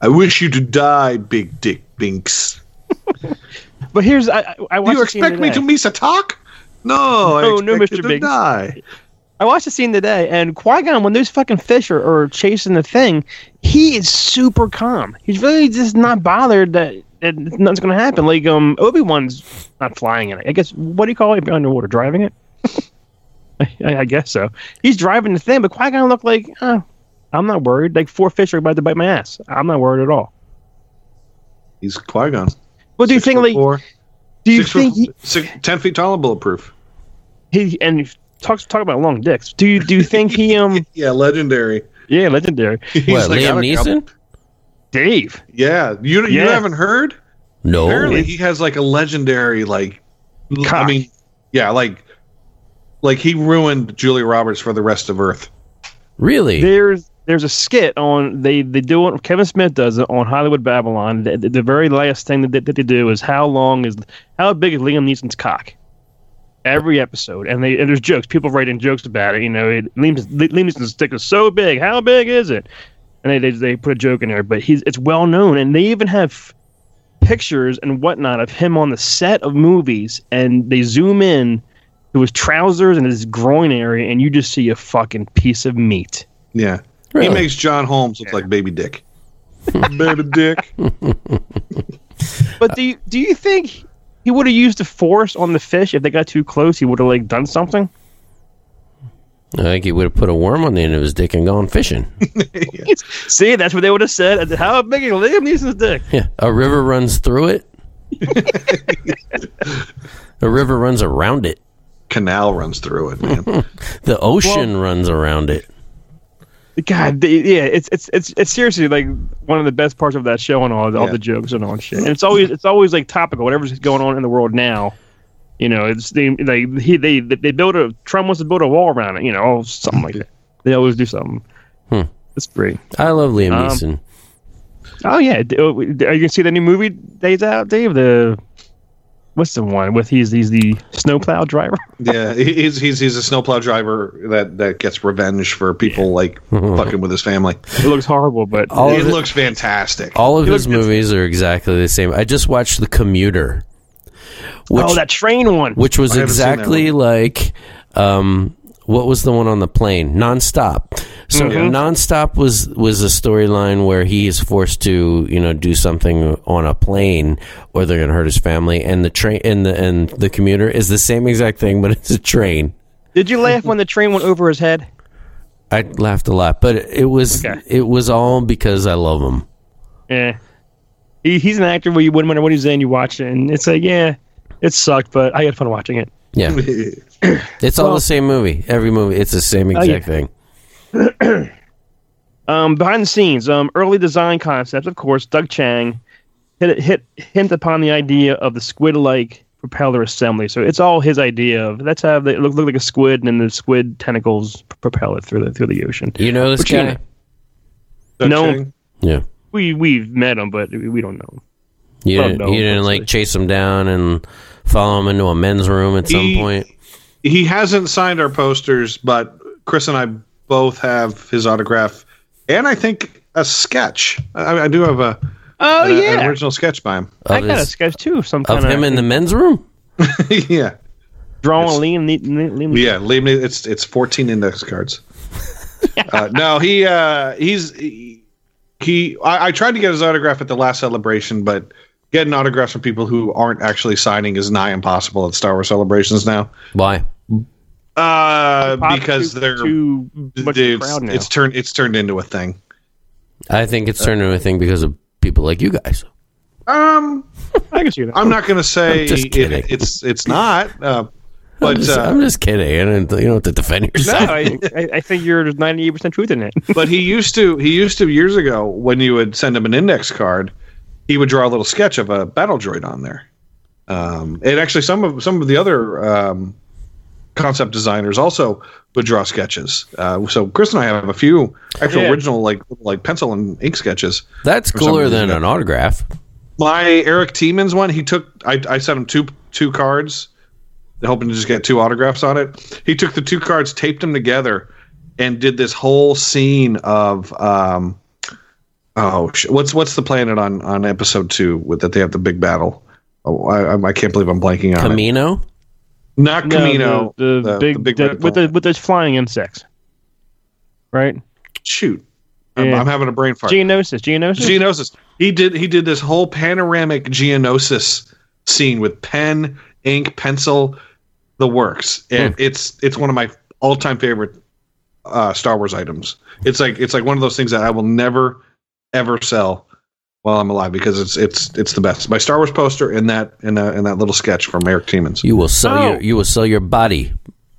B: I wish you to die, big dick binks.
D: But here's I I, I watched
B: you
D: the scene
B: expect me
D: today.
B: to miss a talk? No, I
D: No, no,
B: expect you
D: Mr.
B: to
D: Binks.
B: die.
D: I watched the scene today, and Qui Gon, when those fucking fish are, are chasing the thing, he is super calm. He's really just not bothered that, that nothing's going to happen. Like um, Obi Wan's not flying in it. I guess what do you call it underwater? Driving it? I, I guess so. He's driving the thing, but Qui Gon looked like, oh, I'm not worried. Like four fish are about to bite my ass. I'm not worried at all.
B: He's Qui Gon.
D: What do you think? Like,
B: four,
D: do you
B: six foot,
D: think he,
B: six, ten feet tall and bulletproof.
D: he and talks talk about long dicks? Do you do you think he um?
B: Yeah, legendary.
D: Yeah, legendary.
B: He's
E: what
B: like,
E: Liam
B: I don't-
E: Neeson?
D: Dave.
B: Yeah, you you
D: Yeah.
B: haven't heard?
E: No,
B: Apparently, he has like a legendary like. l- I
D: Cock.
B: mean, yeah, like, like he ruined Julia Roberts for the rest of Earth.
E: really?
D: there's there's a skit on they they do it Kevin Smith does it on Hollywood Babylon. The, the, the very last thing that, they- that they do is how long is how big is Liam Neeson's cock? Every episode, and they and there's jokes. People write in jokes about it. You know, it, Liam, Liam Neeson's dick is so big. How big is it? And they, they they put a joke in there, but he's it's well known, and they even have pictures and whatnot of him on the set of movies, and they zoom in to his trousers and his groin area, and you just see a fucking piece of meat.
B: Yeah,
E: Really?
B: he makes John Holmes look like baby dick. baby dick.
D: But do you, do you think he would have used the force on the fish if they got too close? He would have like done something.
E: I think he would have put a worm on the end of his dick and gone fishing.
D: See, that's what they would have said. How big is Liam Neeson's dick?
E: Yeah, a river runs through it. a river runs around it.
B: Canal runs through it, man.
E: The ocean runs around it.
D: God, they, yeah, it's it's it's it's seriously like one of the best parts of that show and all, all
B: Yeah.
D: the jokes and all that shit. And it's always it's always like topical, whatever's going on in the world now. You know, it's they like he they they build a Trump wants to build a wall around it. You know, or something like that. They always do something. It's great.
E: I love Liam
D: Um,
E: Neeson.
D: Oh yeah, D- oh, w- d- are you gonna see the new movie days out, Dave? The what's the one with he's he's the snowplow driver.
B: Yeah, he- he's he's he's a snowplow driver that that gets revenge for people like fucking with his family.
D: It looks horrible, but
E: All
B: it
E: of,
B: looks fantastic.
E: all of his movies are exactly the same. I just watched The Commuter, which
D: oh, that train one.
E: which was
B: I haven't seen that
E: exactly like um, what was the one on the plane? Nonstop. So nonstop was was a storyline where he is forced to you know do something on a plane or they're going to hurt his family. And the train and the and the commuter is the same exact thing, but it's a train.
D: Did you laugh when the train went over his head?
E: I laughed a lot, but it was
D: Okay.
E: it was all because I love him.
D: Yeah. He, he's an actor where you wouldn't matter what he's in, you watch it, and it's like, yeah, it sucked, but I had fun watching it.
E: Yeah, it's all the same movie. Every movie, it's the same exact
D: yeah.
E: thing.
D: Um, behind the scenes, um, early design concepts, of course, Doug Chang hit, hit hint upon the idea of the squid-like propeller assembly. So it's all his idea of let's have the, it look, look like a squid, and then the squid tentacles propel it through the through the ocean.
E: You know this
D: But you
E: guy?
B: Don't
D: no.
B: you?
E: Yeah.
D: We we've met him, but we don't know. him.
E: You
D: Oh,
E: didn't,
D: no,
E: you didn't like
D: obviously.
E: chase him down and follow him into a men's room at some
B: He-
E: point.
B: he hasn't signed our posters, but Chris and I both have his autograph, and I think a sketch. I, I do have a
D: Oh
B: an-
D: yeah,
B: an original sketch by him.
D: I
E: Of
D: got a
E: his-
D: sketch too. Some
E: of
D: kind
E: him in the men's room.
B: yeah,
D: drawing Liam, Ne- Ne- Liam.
B: yeah. Liam, Ne- it's it's fourteen index cards. uh, no, he uh, he's he. he- I, I tried to get his autograph at the last celebration, but getting autographs from people who aren't actually signing is nigh impossible at Star Wars celebrations now.
E: Why?
B: Uh,
D: Pop
B: because
D: too-
B: they're
D: too much
B: dude,
D: crowd now.
B: it's turned it's turned into a thing.
E: I think it's turned into a thing because of people like you guys.
B: Um,
D: I can see that.
B: I'm not going to say
E: I'm just
B: it,
E: kidding.
B: it's it's not, uh,
E: I'm
B: but
E: just,
B: uh,
E: I'm just kidding. I didn't, you don't have to defend
D: No,
E: yourself.
D: I, I, I think you're 98 percent truth in it.
B: but he used to he used to years ago when you would send him an index card, he would draw a little sketch of a battle droid on there. Um, and actually, some of some of the other um, concept designers also would draw sketches. Uh, so Chris and I have a few actual
D: Yeah.
B: original like like pencil and ink sketches.
E: That's
B: some
E: cooler
B: reason
E: than
B: that-
E: an autograph.
B: My Eric Tiemann's one, he took. I, I sent him two two cards, hoping to just get two autographs on it. He took the two cards, taped them together, and did this whole scene of um, oh, sh- what's what's the planet on on episode two with that they have the big battle? Oh, I, I- I can't believe I'm blanking on it.
E: Camino.
B: Not Camino,
D: No, the, the big, the-
B: red
D: with the
B: planet.
D: with those flying insects, right?
B: shoot. I'm,
D: Yeah.
B: I'm having a brain fart.
D: Geonosis, Geonosis.
B: Geonosis. He did he did this whole panoramic Geonosis scene with pen, ink, pencil, the works. And it's it's one of my all time favorite uh, Star Wars items. It's like it's like one of those things that I will never ever sell while I'm alive because it's it's it's the best. My Star Wars poster and that and uh, and that little sketch from Eric Tiemann's.
E: You will sell
D: Oh.
E: your you will sell your body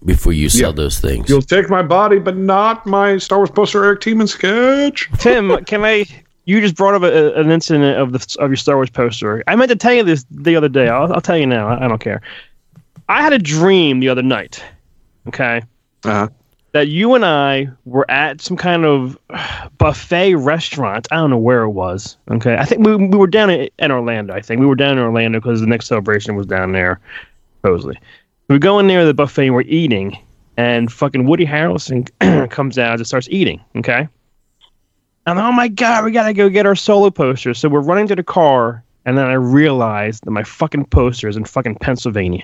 E: before you sell
B: Yeah.
E: those things.
B: You'll take my body, but not my Star Wars poster Eric Tiemann sketch.
D: Tim, can I? You just brought up a, an incident of the of your Star Wars poster. I meant to tell you this the other day. I'll, I'll tell you now. I, I don't care. I had a dream the other night. Okay,
B: Uh-huh.
D: that you and I were at some kind of buffet restaurant. I don't know where it was. Okay, I think we, we were down in, in Orlando. I think we were down in Orlando because the next celebration was down there, supposedly. We go in there to the buffet and we're eating, and fucking Woody Harrelson comes out and starts eating. Okay, and oh my god, we gotta go get our solo posters. So we're running to the car, and then I realized that my fucking poster is in fucking Pennsylvania.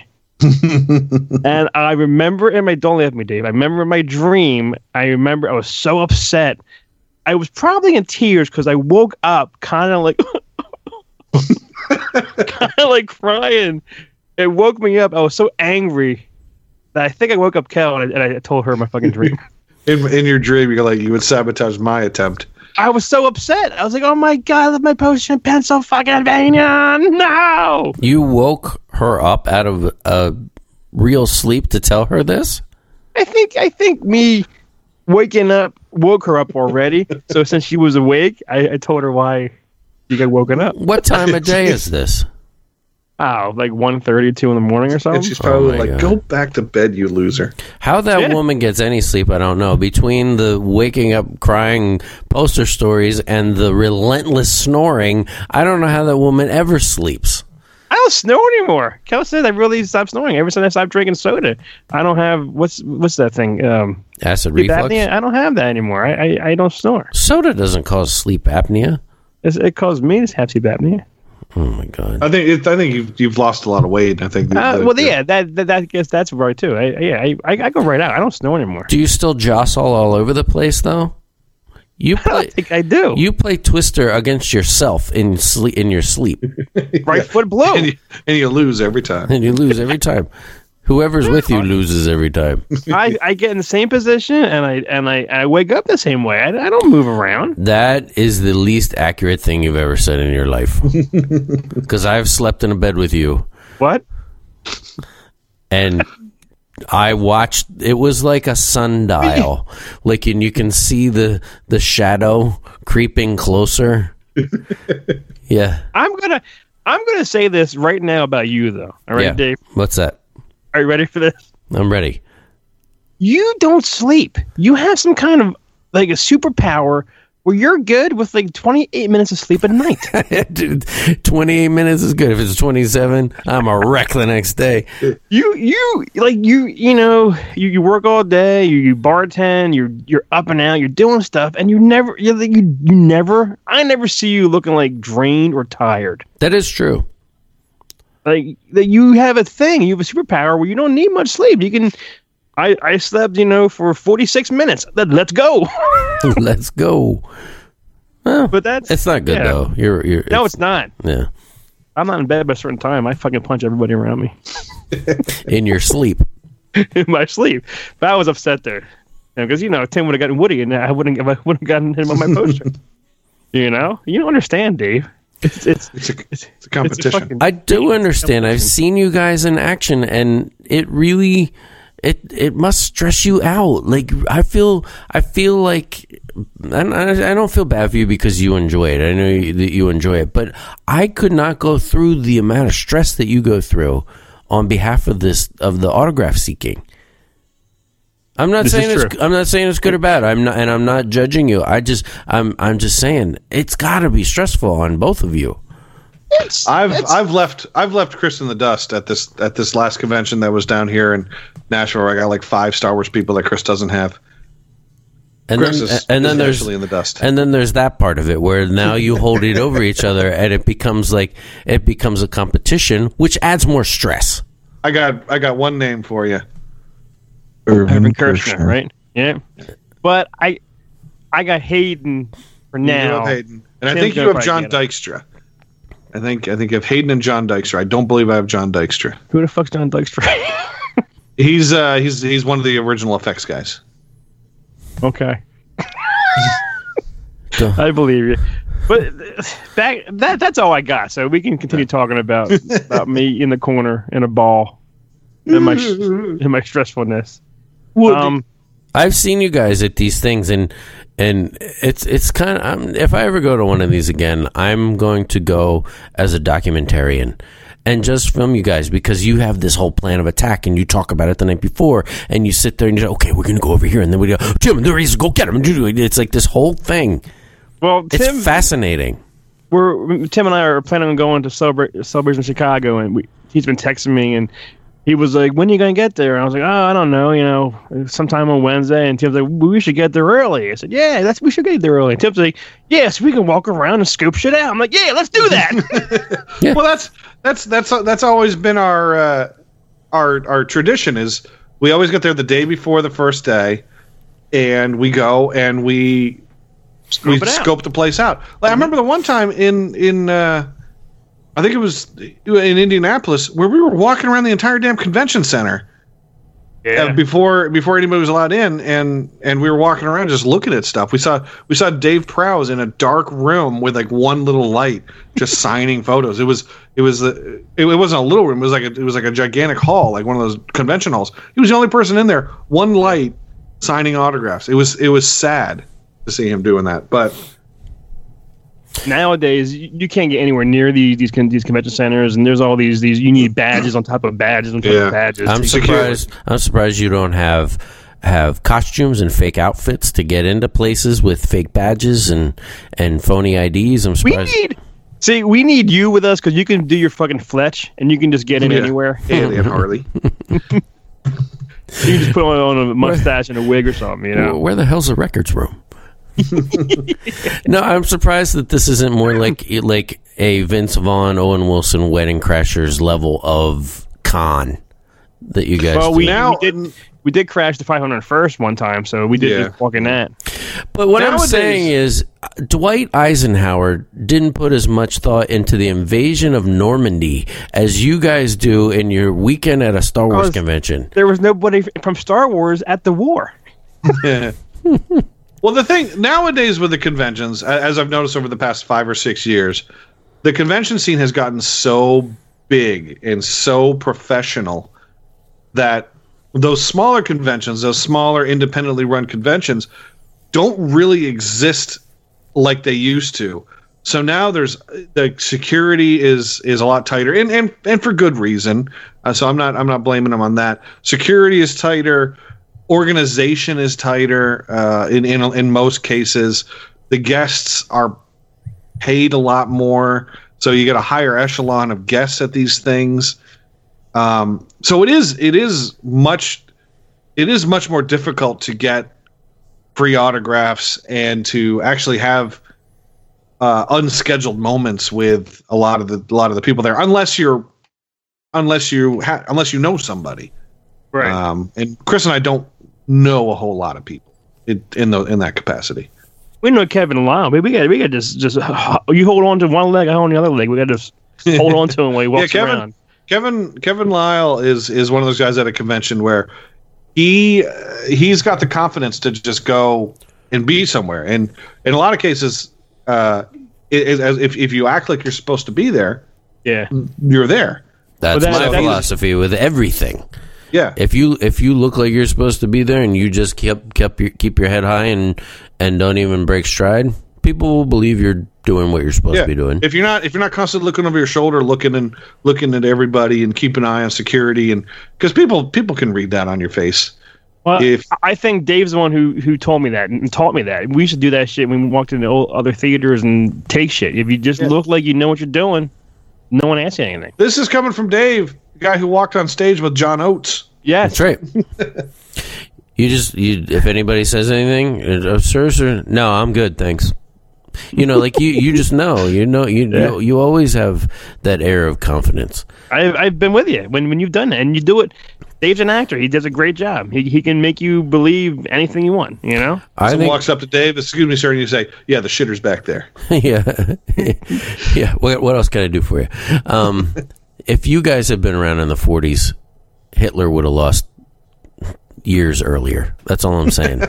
D: And I remember in my don't laugh at me, Dave. I remember in my dream. I remember I was so upset. I was probably in tears because I woke up kind of like, kind of like crying. It woke me up. I was so angry that I think I woke up Kel and I, and I told her my fucking dream.
B: In, in your dream, you're like you would sabotage my attempt.
D: I was so upset. I was like, "Oh my god, my potion pencil fucking Pennsylvania! No!"
E: You woke her up out of a real sleep to tell her this.
D: I think I think me waking up woke her up already. so since she was awake, I, I told her why you got woken up.
E: What time of day is this?
D: Oh, like 1.30, 2 in the morning or
B: And
D: something.
B: she's probably
E: Oh my
B: like,
E: God.
B: "Go back to bed, you loser."
E: How that
D: Yeah.
E: woman gets any sleep, I don't know. Between the waking up crying poster stories and the relentless snoring, I don't know how that woman ever sleeps.
D: I don't snore anymore. Kel says I really stopped snoring ever since I stopped drinking soda. I don't have what's what's that thing? Um,
E: Acid
D: sleep
E: reflux.
D: apnea. I don't have that anymore. I I, I don't snore.
E: Soda doesn't cause sleep apnea.
D: It's, it caused me to have sleep apnea.
E: Oh my god.
B: I think it, I think you've you've lost a lot of weight. and I think. that-
D: Uh,
B: that-
D: well, yeah, that, that that I guess that's right too. I, yeah, I, I I go right out. I don't snore anymore.
E: Do you still jostle all over the place though? You
D: I
E: play
D: don't think I do.
E: you play Twister against yourself in sleep in your sleep,
D: right foot blow.
B: and you, and you lose every time.
E: and you lose every time. Whoever's with you loses every time.
D: I, I get in the same position and I and I, I wake up the same way. I, I don't move around.
E: That is the least accurate thing you've ever said in your life. Because I've slept in a bed with you,
D: What?
E: and I watched. It was like a sundial, like and you can see the the shadow creeping closer. Yeah,
D: I'm gonna I'm gonna say this right now about you though. All right,
E: yeah.
D: Dave.
E: What's that?
D: Are you ready for this?
E: I'm ready.
D: You don't sleep. You have some kind of like a superpower where you're good with like 28 minutes of sleep a night.
E: Dude, 28 minutes is good. If it's 27, I'm a wreck the next day.
D: you you like you you know you, you work all day you, you bartend you're you're up and out you're doing stuff and you never you you you never i never see you looking like drained or tired
E: That is true.
D: like that you have a thing you have a superpower where you don't need much sleep you can i i slept you know for 46 minutes Let, let's go
E: Let's go. Well,
D: but that's
E: it's not good
D: yeah.
E: though. You're you're
D: no it's not
E: yeah.
D: i'm not in bed by a certain time i fucking punch everybody around me
E: In your sleep.
D: in my sleep but i was upset there because you know tim would have gotten woody and i wouldn't i wouldn't have gotten him on my poster You know, you don't understand, Dave. It's it's
B: It's a, it's a
D: it's a
B: competition.
D: fucking.
E: I do understand. I've seen you guys in action and it really it it must stress you out. Like I feel I feel like I don't- I don't feel bad for you because you enjoy it. I know you- that you enjoy it, but I could not go through the amount of stress that you go through on behalf of this of the autograph seeking. I'm not
D: This is
E: saying it's,
D: true.
E: I'm not saying it's good or bad. I'm not and I'm not judging you. I just I'm I'm just saying it's got to be stressful on both of you.
B: I've I've left I've left Chris in the dust at this at this last convention that was down here in Nashville. Where I got like five Star Wars people that Chris doesn't have.
E: and
B: Chris
E: then,
B: is-
E: and
B: is
E: then there's
B: actually in the dust.
E: and then there's that part of it where now you hold it over each other and it becomes like it becomes a competition which adds more stress
B: I got I got one name for you.
D: Irvin Kershner, right? Yeah, but I, I got Hayden for
B: You
D: now.
B: have Hayden, and I
D: Tim's
B: think you
D: gonna
B: have
D: probably
B: John
D: get
B: Dykstra. I think I think you have Hayden and John Dykstra. I don't believe I have John Dykstra.
D: Who the fuck's John Dykstra?
B: He's uh he's he's one of the original effects guys.
D: okay,
E: Duh.
D: I believe you. But uh, back that that's all I got. So we can continue talking about about me in the corner in a ball and my and my stressfulness. Um,
E: i've seen you guys at these things and and it's it's kind of I'm, if i ever go to one of these again i'm going to go as a documentarian and just film you guys because you have this whole plan of attack and you talk about it the night before and you sit there and you go okay we're going to go over here and then we go jim there he is go get him it's like this whole thing
D: well,
E: it's
D: Tim,
E: fascinating
D: we're Tim and I are planning on going to celebrate celebration Chicago, and we, he's been texting me, and he was like, "When are you going to get there?" And I was like, "Oh, I don't know, you know, sometime on Wednesday." And Tim's like, "We should get there early." I said, "Yeah, that's we should get there early." And Tim's like, "Yes, we can walk around and scoop shit out." I'm like, "Yeah, let's do that."
B: Well, that's that's that's that's always been our uh, our our tradition. Is we always get there the day before the first day, and we go and we we
D: it out.
B: scope the place out. Like I remember the one time in in uh, I think it was in Indianapolis where we were walking around the entire damn convention center uh, before before anybody was allowed in, and and we were walking around just looking at stuff. We saw we saw Dave Prowse in a dark room with like one little light, just signing photos. It was it was the it, it wasn't a little room. It was like a, it was like a gigantic hall, like one of those convention halls. He was the only person in there, one light, signing autographs. It was it was sad to see him doing that, but
D: Nowadays, you, you can't get anywhere near these these, con- these convention centers, and there's all these these you need badges on top of badges on top
B: Yeah.
D: of badges.
E: I'm surprised. I'm surprised you don't have have costumes and fake outfits to get into places with fake badges and and phony IDs. I'm
D: we
E: surprised.
D: need See, we need you with us because you can do your fucking Fletch and you can just get in
B: Yeah.
D: anywhere.
B: Alien Harley.
D: You can just put on a mustache and a wig or something, you
E: Wh-
D: know?
E: Where the hell's the records room? no, I'm surprised that this isn't more like like a Vince Vaughn, Owen Wilson, Wedding Crashers level of con that you guys.
D: Well,
E: do.
D: we,
B: Now-
D: we did we did crash the 501st one time, so we did
B: Yeah.
D: just fucking that.
E: But what I'm
B: Nowadays-
E: saying is, uh, Dwight Eisenhower didn't put as much thought into the invasion of Normandy as you guys do in your weekend at a Star Wars
D: was-
E: convention.
D: There was nobody f- from Star Wars at the war.
B: Well, the thing nowadays with the conventions, a- as I've noticed over the past five or six years, the convention scene has gotten so big and so professional that those smaller conventions, those smaller independently run conventions, don't really exist like they used to. So now there's the security is is a lot tighter, and and and for good reason. Uh, so I'm not I'm not blaming them on that. Security is tighter, organization is tighter. Uh, in in in most cases, the guests are paid a lot more, so you get a higher echelon of guests at these things. Um, so it is it is much it is much more difficult to get free autographs and to actually have uh, unscheduled moments with a lot of the a lot of the people there, unless you're unless you ha- unless you know somebody.
D: Uh,
B: Um, and Chris and I don't know a whole lot of people in, in the in that capacity.
D: we know Kevin Lyle. We, we got we got just just you hold on to one leg, I hold on to the other leg. We got to just hold on to him while he walks
B: Kevin-
D: around.
B: Kevin Kevin Lyle is is one of those guys at a convention where he uh, he's got the confidence to just go and be somewhere, and in a lot of cases, uh, it, it, as if if you act like you're supposed to be there,
D: Yeah,
B: you're there.
E: That's
D: But that-
E: my
D: that-
E: philosophy with everything.
B: Yeah,
E: If you if you look like you're supposed to be there and you just keep kept your, keep your head high and and don't even break stride, people will believe you're doing what you're supposed to be doing.
B: If you're not if you're not constantly looking over your shoulder, looking and looking at everybody, and keep an eye on security, and because people people can read that on your face.
D: well,
B: If-
D: I think Dave's the one who who told me that and taught me that. We should do that shit when we walked into old, other theaters and take shit. If you just look like you know what you're doing, no one asks you anything.
B: This is coming from Dave, the guy who walked on stage with John Oates.
D: Yes,
E: That's right. you just you if anybody says anything, uh, sir, sir, no, I'm good, thanks. You know, like you, you just know, you know, you you, you always have that air of confidence.
D: I've I've been with you when when you've done that and you do it. Dave's an actor. He does a great job. He he can make you believe anything you want. You know.
E: I
B: Someone
E: think,
B: walks up to Dave, excuse me, sir, and you say, "Yeah, the shitter's back there."
E: yeah, yeah. What, what else can I do for you? Um, if you guys had been around in the '40s, Hitler would have lost years earlier. That's all I'm saying.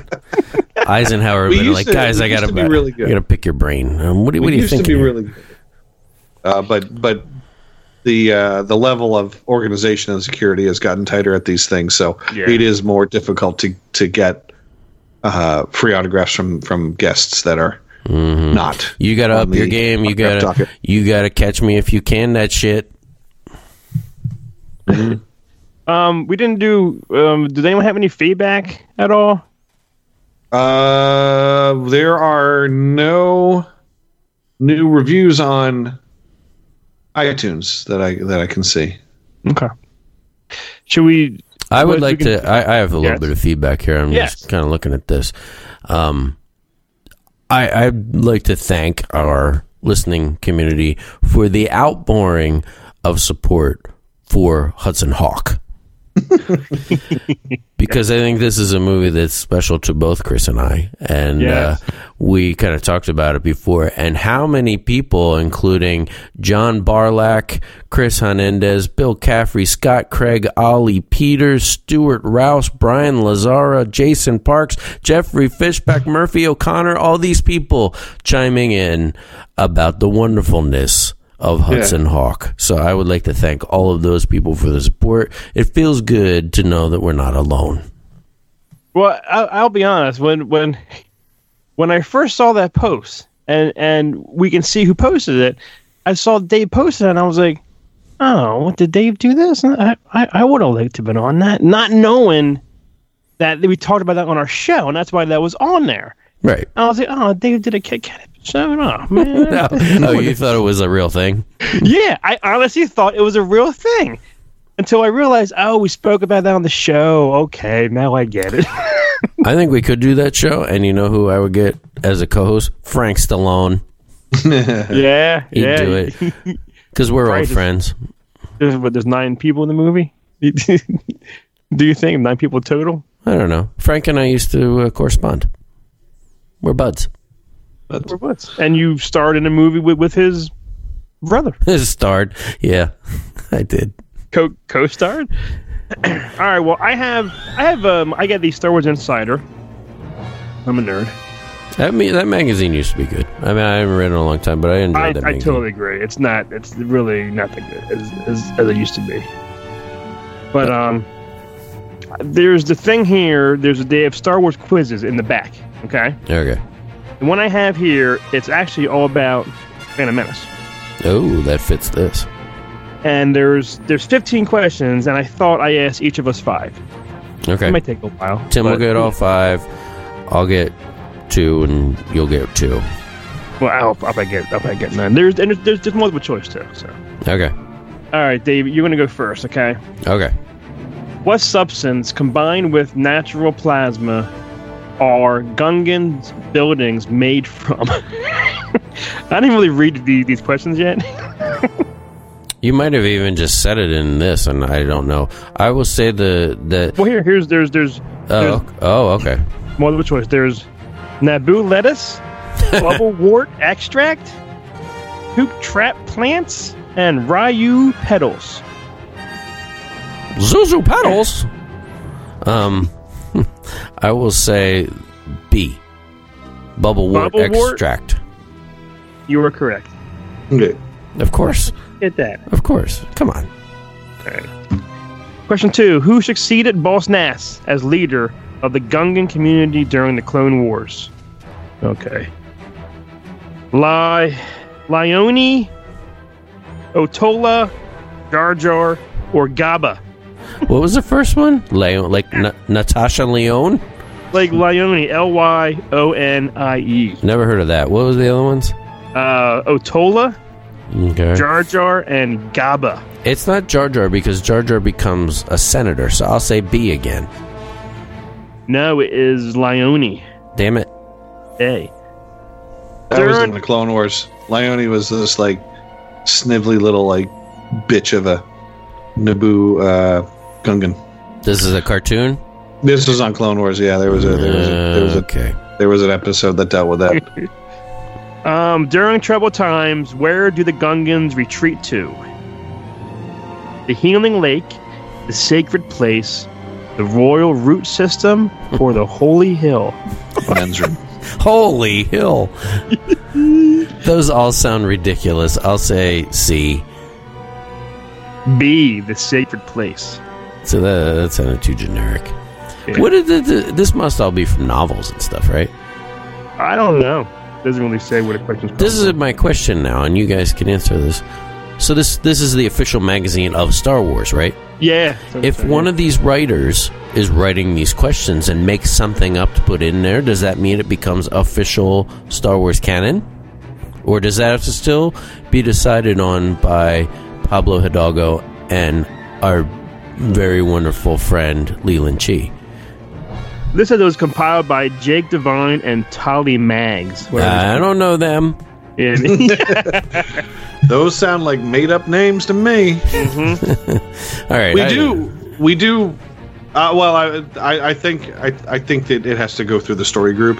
E: Eisenhower would
B: We
E: have been
B: used
E: like,
B: to-
E: guys,
B: we
E: I gotta,
B: used to be really
E: I
B: good.
E: gotta pick your brain. Um, what do, what do
B: It
E: you
B: used
E: think?
B: to be really good. Uh, but but the uh, the level of organization and security has gotten tighter at these things, so
D: Yeah.
B: it is more difficult to to get uh, free autographs from from guests that are
E: Mm-hmm.
B: not.
E: You gotta
B: on
E: up your
B: the
E: game. You
B: autograph
E: gotta
B: docket.
E: you gotta catch me if you can. That shit.
D: Um, we didn't do. Um, did anyone have any feedback at all?
B: Uh, there are no new reviews on iTunes that I that I can see.
D: Okay. Should we?
E: I would
D: But
E: like
D: you can-
E: to. I, I have a little
D: Yes.
E: bit of feedback here. I'm
D: Yes.
E: just kind of looking at this. Um, I I'd like to thank our listening community for the outpouring of support for Hudson Hawk. because I think this is a movie that's special to both Chris and I, and
D: Yes.
E: uh, we kind of talked about it before. And how many people, including John Barlack, Chris Hernandez, Bill Caffrey, Scott Craig, Ollie Peters, Stuart Rouse, Brian Lazara, Jason Parks, Jeffrey Fishback, Murphy O'Connor, all these people chiming in about the wonderfulness of Hudson Hawk. So I would like to thank all of those people for the support. It feels good to know that we're not alone.
D: Well, I, I'll be honest. When when when I first saw that post, and and we can see who posted it, I saw Dave post it, and I was like, "Oh, what did Dave do this? I I, I would have liked to have been on that, not knowing that we talked about that on our show, and that's why that was on there."
E: Right.
D: I was like, oh, they did a Kit Kat episode. Oh, man.
E: No. Oh, you thought it was a real thing?
D: Yeah, I honestly thought it was a real thing until I realized, oh, we spoke about that on the show. Okay, now I get it.
E: I think we could do that show, and you know who I would get as a co-host? Frank Stallone.
D: yeah,
E: He'd
D: yeah.
E: do it because we're
D: Right.
E: old friends.
D: There's, what, there's nine people in the movie? do you think nine people total?
E: I don't know. Frank and I used to uh, correspond. We're buds.
D: Or what? And you starred in a movie with, with his brother,
E: Starred. Yeah, I did.
D: co co starred. All right. Well, I have I have um I got the Star Wars Insider. I'm a nerd.
E: That me- that magazine used to be good. I mean, I haven't read it in a long time, but I enjoyed
D: I,
E: that.
D: I
E: magazine.
D: totally agree. It's not. It's really not that good as, as, as it used to be. But um, there's the thing here. There's they have Star Wars quizzes in the back. Okay,
E: Okay.
D: the one I have here. It's actually all about Phantom Menace.
E: Oh, that fits this.
D: And there's there's 15 questions, and I thought I asked each of us five.
E: Okay.
D: It might take a while.
E: Tim will
D: but-
E: get all five. I'll get two, and you'll get two.
D: Well, I hope, I hope I get I hope I get none. There's and there's, there's just multiple choice too. So,
E: Okay.
D: all right, Dave, you're gonna go first, okay?
E: Okay.
D: What substance combined with natural plasma are Gungan's buildings made from? I didn't really read the, these questions yet.
E: You might have even just said it in this, and I don't know. I will say the the
D: Well, here, here's there's there's,
E: oh ok- oh okay.
D: there's multiple choice. There's Naboo lettuce, bubble wart extract, hoop trap plants, and Ryu petals.
E: Zuzu pedals. Um, I will say B. Bubble wart
D: Bubble wart?
E: extract.
D: You were correct.
B: Okay.
E: Of course,
D: Get that.
E: of course. Come on.
D: Question two: Who succeeded Boss Nass as leader of the Gungan community during the Clone Wars? Okay. Li- Lione, Otola, Jar Jar, or Gaba?
E: What was the first one? Leon, like Na- Natasha Leone.
D: Like Lione, L Y O N I E.
E: Never heard of that. What was the other ones?
D: Uh, Otola,
E: Okay.
D: Jar Jar, and Gaba.
E: It's not Jar Jar because Jar Jar becomes a senator. So I'll say B again.
D: No, it is Lione.
E: Damn it.
D: A.
B: That was
D: Third-
B: in the Clone Wars. Lione was this like snivelly little like bitch of a Naboo uh, Gungan.
E: This is a cartoon.
B: This was on Clone Wars. Yeah, there was a there was a, there was, a,
E: okay.
B: there was an episode that dealt with that.
D: Um, during troubled times, where do the Gungans retreat to? The Healing Lake, the Sacred Place, the Royal Root System, or the Holy Hill?
B: Men's room.
E: Holy hill. Those all sound ridiculous. I'll say C.
D: B, the Sacred Place.
E: So that, that sounded too generic. What did the, the, this must all be from novels and stuff, right?
D: I don't know. Doesn't really say what a question's
E: This is my question now, and you guys can answer this. So this this is the official magazine of Star Wars, right?
D: Yeah.
E: If one of these writers is writing these questions and makes something up to put in there, does that mean it becomes official Star Wars canon? Or does that have to still be decided on by Pablo Hidalgo and our very wonderful friend Leland Chi?
D: This is was compiled by Jake Devine and Tolly Mags.
E: I don't know them.
D: Yeah.
B: Those sound like made up names to me.
E: All right.
B: We
E: I-
B: do. We do. Uh, well, I, I, I think I, I think that it has to go through the story group,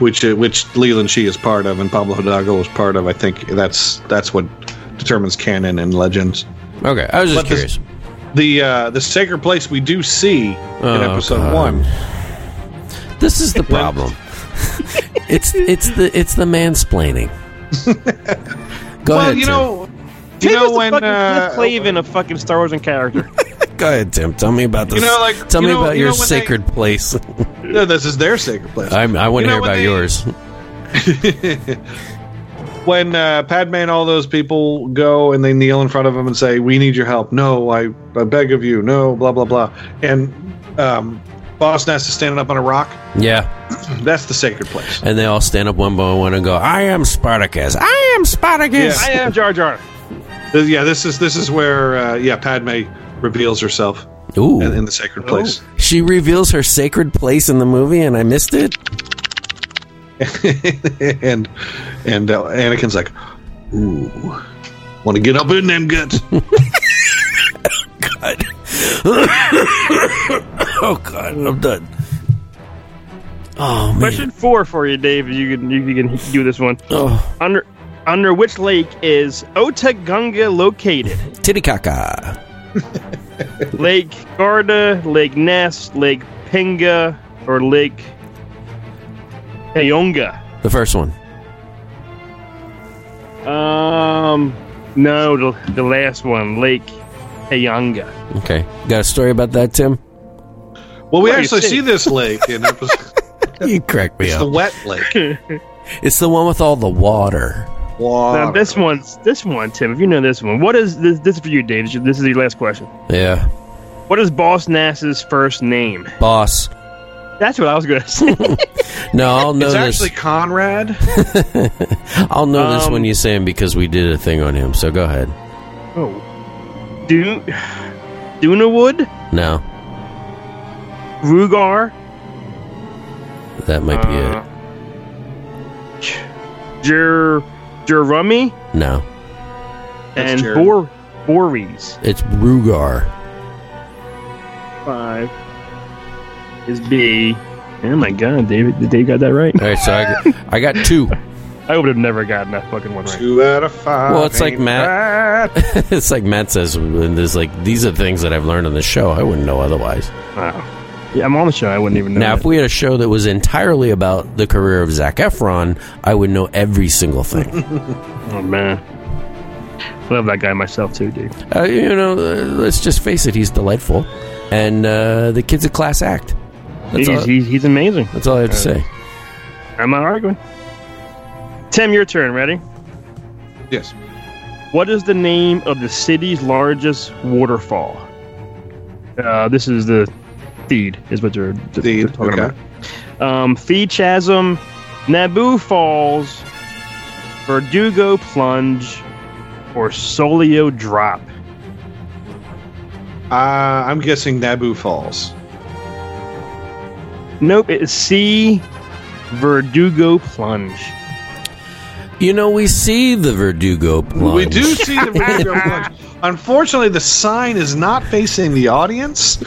B: which uh, which Leland She is part of and Pablo Hidalgo is part of. I think that's that's what determines canon and legends.
E: Okay. I was just
B: But this-
E: curious.
B: The uh, the sacred place we do see in
E: Oh,
B: episode
E: God.
B: one.
E: This is the problem. it's it's the it's the mansplaining. Go
B: Well,
E: ahead.
B: you
E: Tim.
B: know, you
D: Tim
B: know
D: is the
B: when
D: fucking
B: uh,
D: Cliff Clavin of fucking Star Wars and character.
E: Go ahead, Tim. Tell me about this.
B: know, like,
E: Tell
B: you
E: me
B: know-
E: about
B: you
E: your
B: know when they-
E: sacred place.
B: no, this is their sacred place.
E: I'm, I want
B: You
E: to
B: know
E: hear
B: when
E: about
B: they-
E: yours.
B: when uh, Padme and all those people go and they kneel in front of him and say, "We need your help." No, I, I beg of you. No, blah blah blah. And um, Boss Ness is standing up on a rock.
E: Yeah.
D: Hmm.
B: That's the sacred place.
E: And they all stand up one by one and go, I am Spartacus. I am Spartacus.
D: I am Jar Jar.
B: Th- Yeah, this is this is where uh, yeah Padme reveals herself
E: Ooh.
B: in, in the
D: Oh.
B: sacred place.
E: she reveals her sacred place in the movie and I missed it.
B: and and uh, Anakin's like, "Ooh, want to get up in them guts?"
E: Oh, God. I'm done. Oh, man.
D: Question four for you, Dave. if You can if you can do this one.
E: Oh,
D: Under under which lake is Otagunga located?
E: Titicaca.
D: Lake Garda, Lake Ness, Lake Pinga, or Lake Payonga?
E: The first one.
D: Um, no, the, the last one, Lake Payonga.
E: Okay. Got a story about that, Tim?
B: Well, we
D: What do you
B: actually
D: think?
B: see this lake in episode.
E: You crack me
B: It's the
E: up.
B: wet lake.
E: It's the one with all the water.
B: Water.
D: Now this one's this one, Tim. If you know this one, what is this? This is for you, Dave. This is your last question.
E: Yeah.
D: What is Boss Nass's first name?
E: Boss.
D: That's what I was gonna say.
E: No, I'll know
B: it's
E: this.
B: actually Conrad.
E: I'll know this when
D: um,
E: you say him because we did a thing on him. So go ahead.
D: oh, Do Dunawood,
E: No,
D: Rugar,
E: that might
D: uh, Jer Jerummy,
E: be it. No,
D: and
B: Jer.
D: Bor Boris.
E: it's Rugar.
D: Five is B. Oh my God, David! Did Dave got that right?
E: All right, so I, I got two.
D: I would have never gotten that fucking one right.
B: Two out of five.
E: Well, it's like
B: ain't
E: Matt-
B: bad.
E: it's like Matt says. and There's like these are things that I've learned on the show. I wouldn't know otherwise.
D: Wow. Ah. Yeah, I'm on the show. I wouldn't even know.
E: Now,
D: that.
E: if we had a show that was entirely about the career of Zach Efron, I would know every single thing.
D: Oh man, love that guy myself too, dude.
E: uh, you know, uh, let's just face it. He's delightful, and uh, the kid's a class act.
D: He's,
E: That's all,
D: he's, he's amazing.
E: that's all I have to say.
D: I'm not arguing. Tim, your turn. Ready?
B: yes.
D: What is the name of the city's largest waterfall? Uh, this is the Theed, is what they're, they're
B: Theed,
D: talking
B: okay.
D: about. Um, Theed Chasm, Naboo Falls, Verdugo Plunge, or Solio Drop.
B: Uh, I'm guessing Naboo Falls.
D: Nope, it's C. Verdugo Plunge.
E: You know, we see the Verdugo plunge.
B: We do see the Verdugo plunge. Unfortunately, the sign is not facing the audience,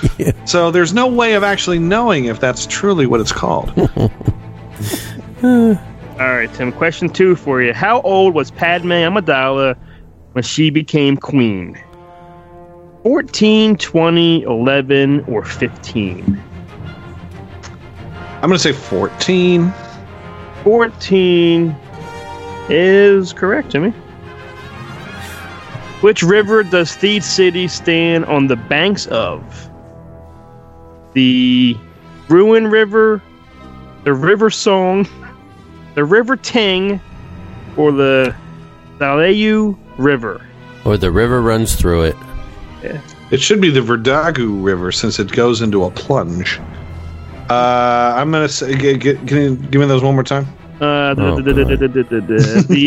B: so there's no way of actually knowing if that's truly what it's called.
D: All right, Tim. Question two for you. How old was Padme Amidala when she became queen? 14, 20, 11, or 15?
B: I'm going to say 14.
D: 14 is correct, Timmy. Which river does Theed City stand on the banks of? The Ruin River, the River Song, the River Ting, or the Daleu River?
E: Or the river runs through it.
B: It should be the Verdagu River since it goes into a plunge. Uh, I'm going to say, g- g- can you give me those one more time?
D: Uh,
E: Oh,
D: the the-
E: God.
D: the- the- the-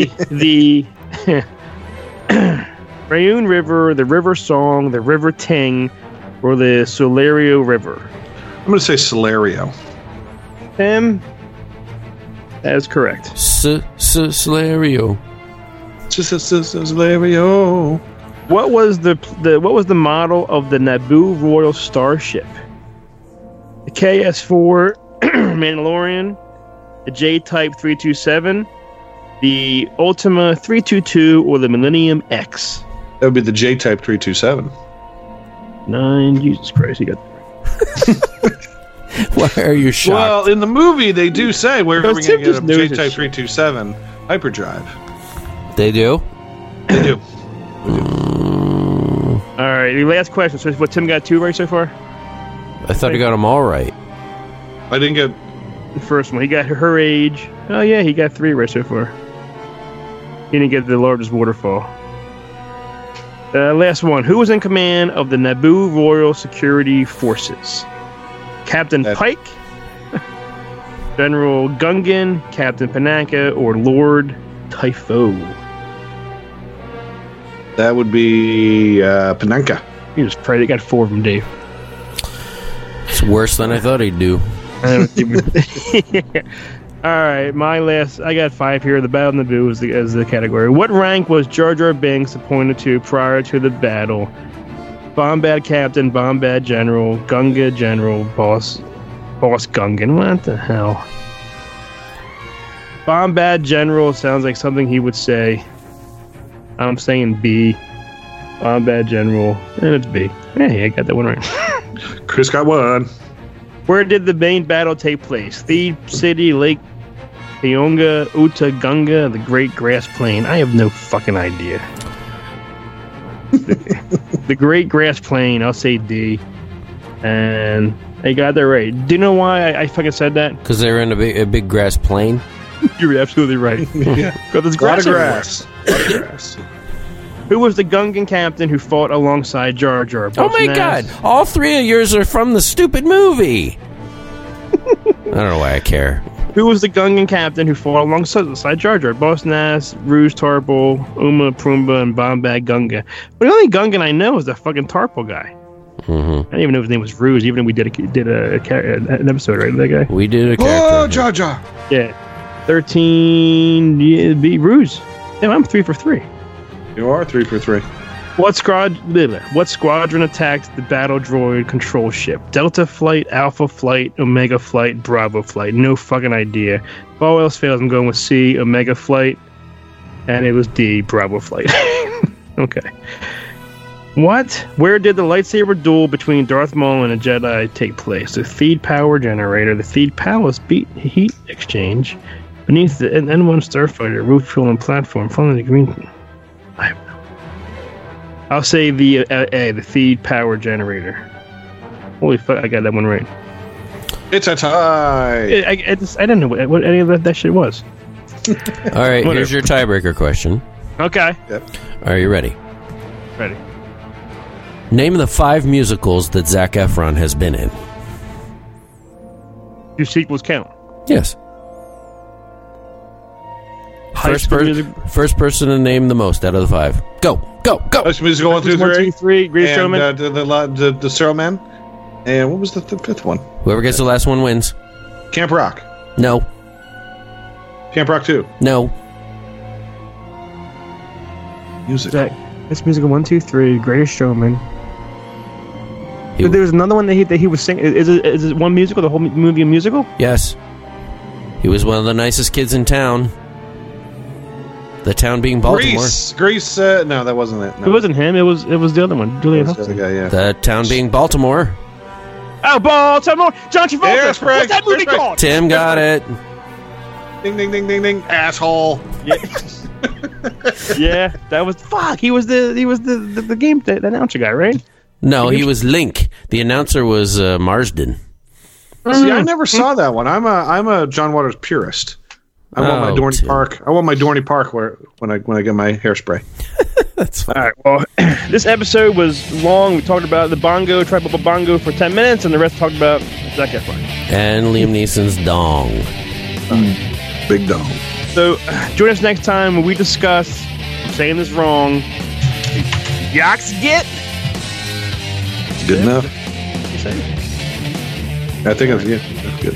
D: the- the- the- Rayun River, the River Song, the River Ting, or the Solario River.
B: I'm going to say Solario.
D: Tim, that is correct.
E: Slario.
B: Solario.
D: What was the, the what was the model of the Naboo Royal Starship? The KS4 Mandalorian, the J-Type 327, the Ultima 322, or the Millennium X.
B: That would be the J Type 327.
D: Nine. Jesus Christ, he got.
E: Why are you shocked?
B: Well, in the movie, they do say we're
D: Those
B: going to
D: tip
B: get a
D: just knows
B: J
D: his
B: Type
D: shit.
B: 327 hyperdrive.
E: they do.
B: They do.
D: All right, your last question. So, what Tim got two right so far?
E: I thought I got them all right.
B: I didn't get.
D: The first one, he got her age. Oh yeah, he got three right so far. He didn't get the largest waterfall. Uh, last one. Who was in command of the Naboo Royal Security Forces? Captain
B: That-
D: Pike, General Gungan, Captain Panaka, or Lord Typho.
B: That would be uh, Panenka.
D: You just pray they got four of them, Dave.
E: It's worse than I thought he'd do.
D: All right, my last. I got five here. The Battle of Naboo is the, is the category. What rank was Jar Jar Binks appointed to prior to the battle? Bombad Captain, Bombad General, Gunga General, Boss, Boss Gungan. What the hell? Bombad General sounds like something he would say. I'm saying B. Bombad General, and it's B. Hey, I got that one right.
B: Chris got one.
D: Where did the main battle take place? Thebe City, Lake Pionga, Utagunga, the Great Grass Plain. I have no fucking idea. the, the Great Grass Plain, I'll say D. And I got that right. Do you know why I, I fucking said that?
E: Because they were in a big, a big grass plain.
D: You're absolutely right.
B: Yeah.
D: Got this
B: A lot
D: grass
B: of
D: everywhere.
B: grass. A lot of grass.
D: Who was the Gungan captain who fought alongside Jar Jar?
E: Oh my
D: Both
E: god!
D: Naz-
E: All three of yours are from the stupid movie! I don't know why I care.
D: Who was the Gungan captain who fought alongside Jar Jar? Boss Nass, Rouge Tarple, Uma Prumba, and Bombad Gunga. But the only Gungan I know is the fucking Tarple guy.
E: hmm
D: I didn't even know his name was Rouge, even if we did a, did a, ca- an episode, right? That guy?
E: We did a
B: Oh,
E: character.
B: Jar Jar.
D: Yeah. 13 yeah, be Rouge. Damn, I'm three for three.
B: You are three for three.
D: What squad? blah, blah. What squadron attacked the battle droid control ship? Delta flight, Alpha flight, Omega flight, Bravo flight. No fucking idea. If all else fails, I'm going with C, Omega flight, and it was D, Bravo flight. okay. What? Where did the lightsaber duel between Darth Maul and a Jedi take place? The feed power generator, the feed palace, beat heat exchange, beneath the N- N1 starfighter, roof fueling platform, following the green. I have I'll say the uh, A, the feed power generator. Holy fuck! I got that one right.
B: It's a tie.
D: I, I, I just, I didn't know what, what any of that, that shit was.
E: Alright,
D: Whatever.
E: here's your tiebreaker question.
D: Okay.
E: Are you ready?
D: Ready.
E: Name the five musicals that Zach Efron has been in.
D: Do sequels count?
E: Yes. First, per- first person to name the most out of the five. Go, go, go.
B: That's musical one, two,
D: One,
B: three.
D: two, three. Greatest
B: and
D: Showman.
B: uh, the, the, la- the, the Serial Man. And what was the, th- fifth one?
E: Whoever gets the last one wins.
B: Camp Rock.
E: No,
B: Camp Rock 2.
E: no.
B: Music.
D: Zach, That's musical. One, two, three. Greatest Showman.
E: He-
D: But there was another one that he that he was singing. Is it, is it one musical? The whole mu- movie a musical?
E: Yes. He was one of the nicest kids in town. The town being Baltimore.
B: Grease. Grease. Uh, no, that wasn't it.
D: It
B: No,
D: wasn't him. It was it was the other one. Julian
B: that was the other
D: Houston.
B: guy, yeah.
E: The town being Baltimore.
D: Oh, Baltimore. John Travolta.
B: Yes, Frank.
D: What's that movie
B: Yes, Frank.
D: called?
E: Tim got it.
B: Ding, ding, ding, ding, ding. Asshole.
D: yeah, that was fuck. He was the he was the the, the game the, the announcer guy, right?
E: No, he was Link. The announcer was uh, Marsden.
B: See, I never saw that one. I'm a I'm a John Waters purist. I want
E: Oh,
B: my Dorney
E: Tim.
B: Park. I want my Dorney Park where when I when I get my hairspray.
D: All right. Well, this episode was long. We talked about the bongo, tribal bongo for ten minutes, and the rest talked about Zac Efron.
E: And Liam Neeson's dong.
B: Big dog.
D: So, join us next time when we discuss. I'm saying this wrong. Yaks get.
B: Good enough. I think it's yeah. that's Good.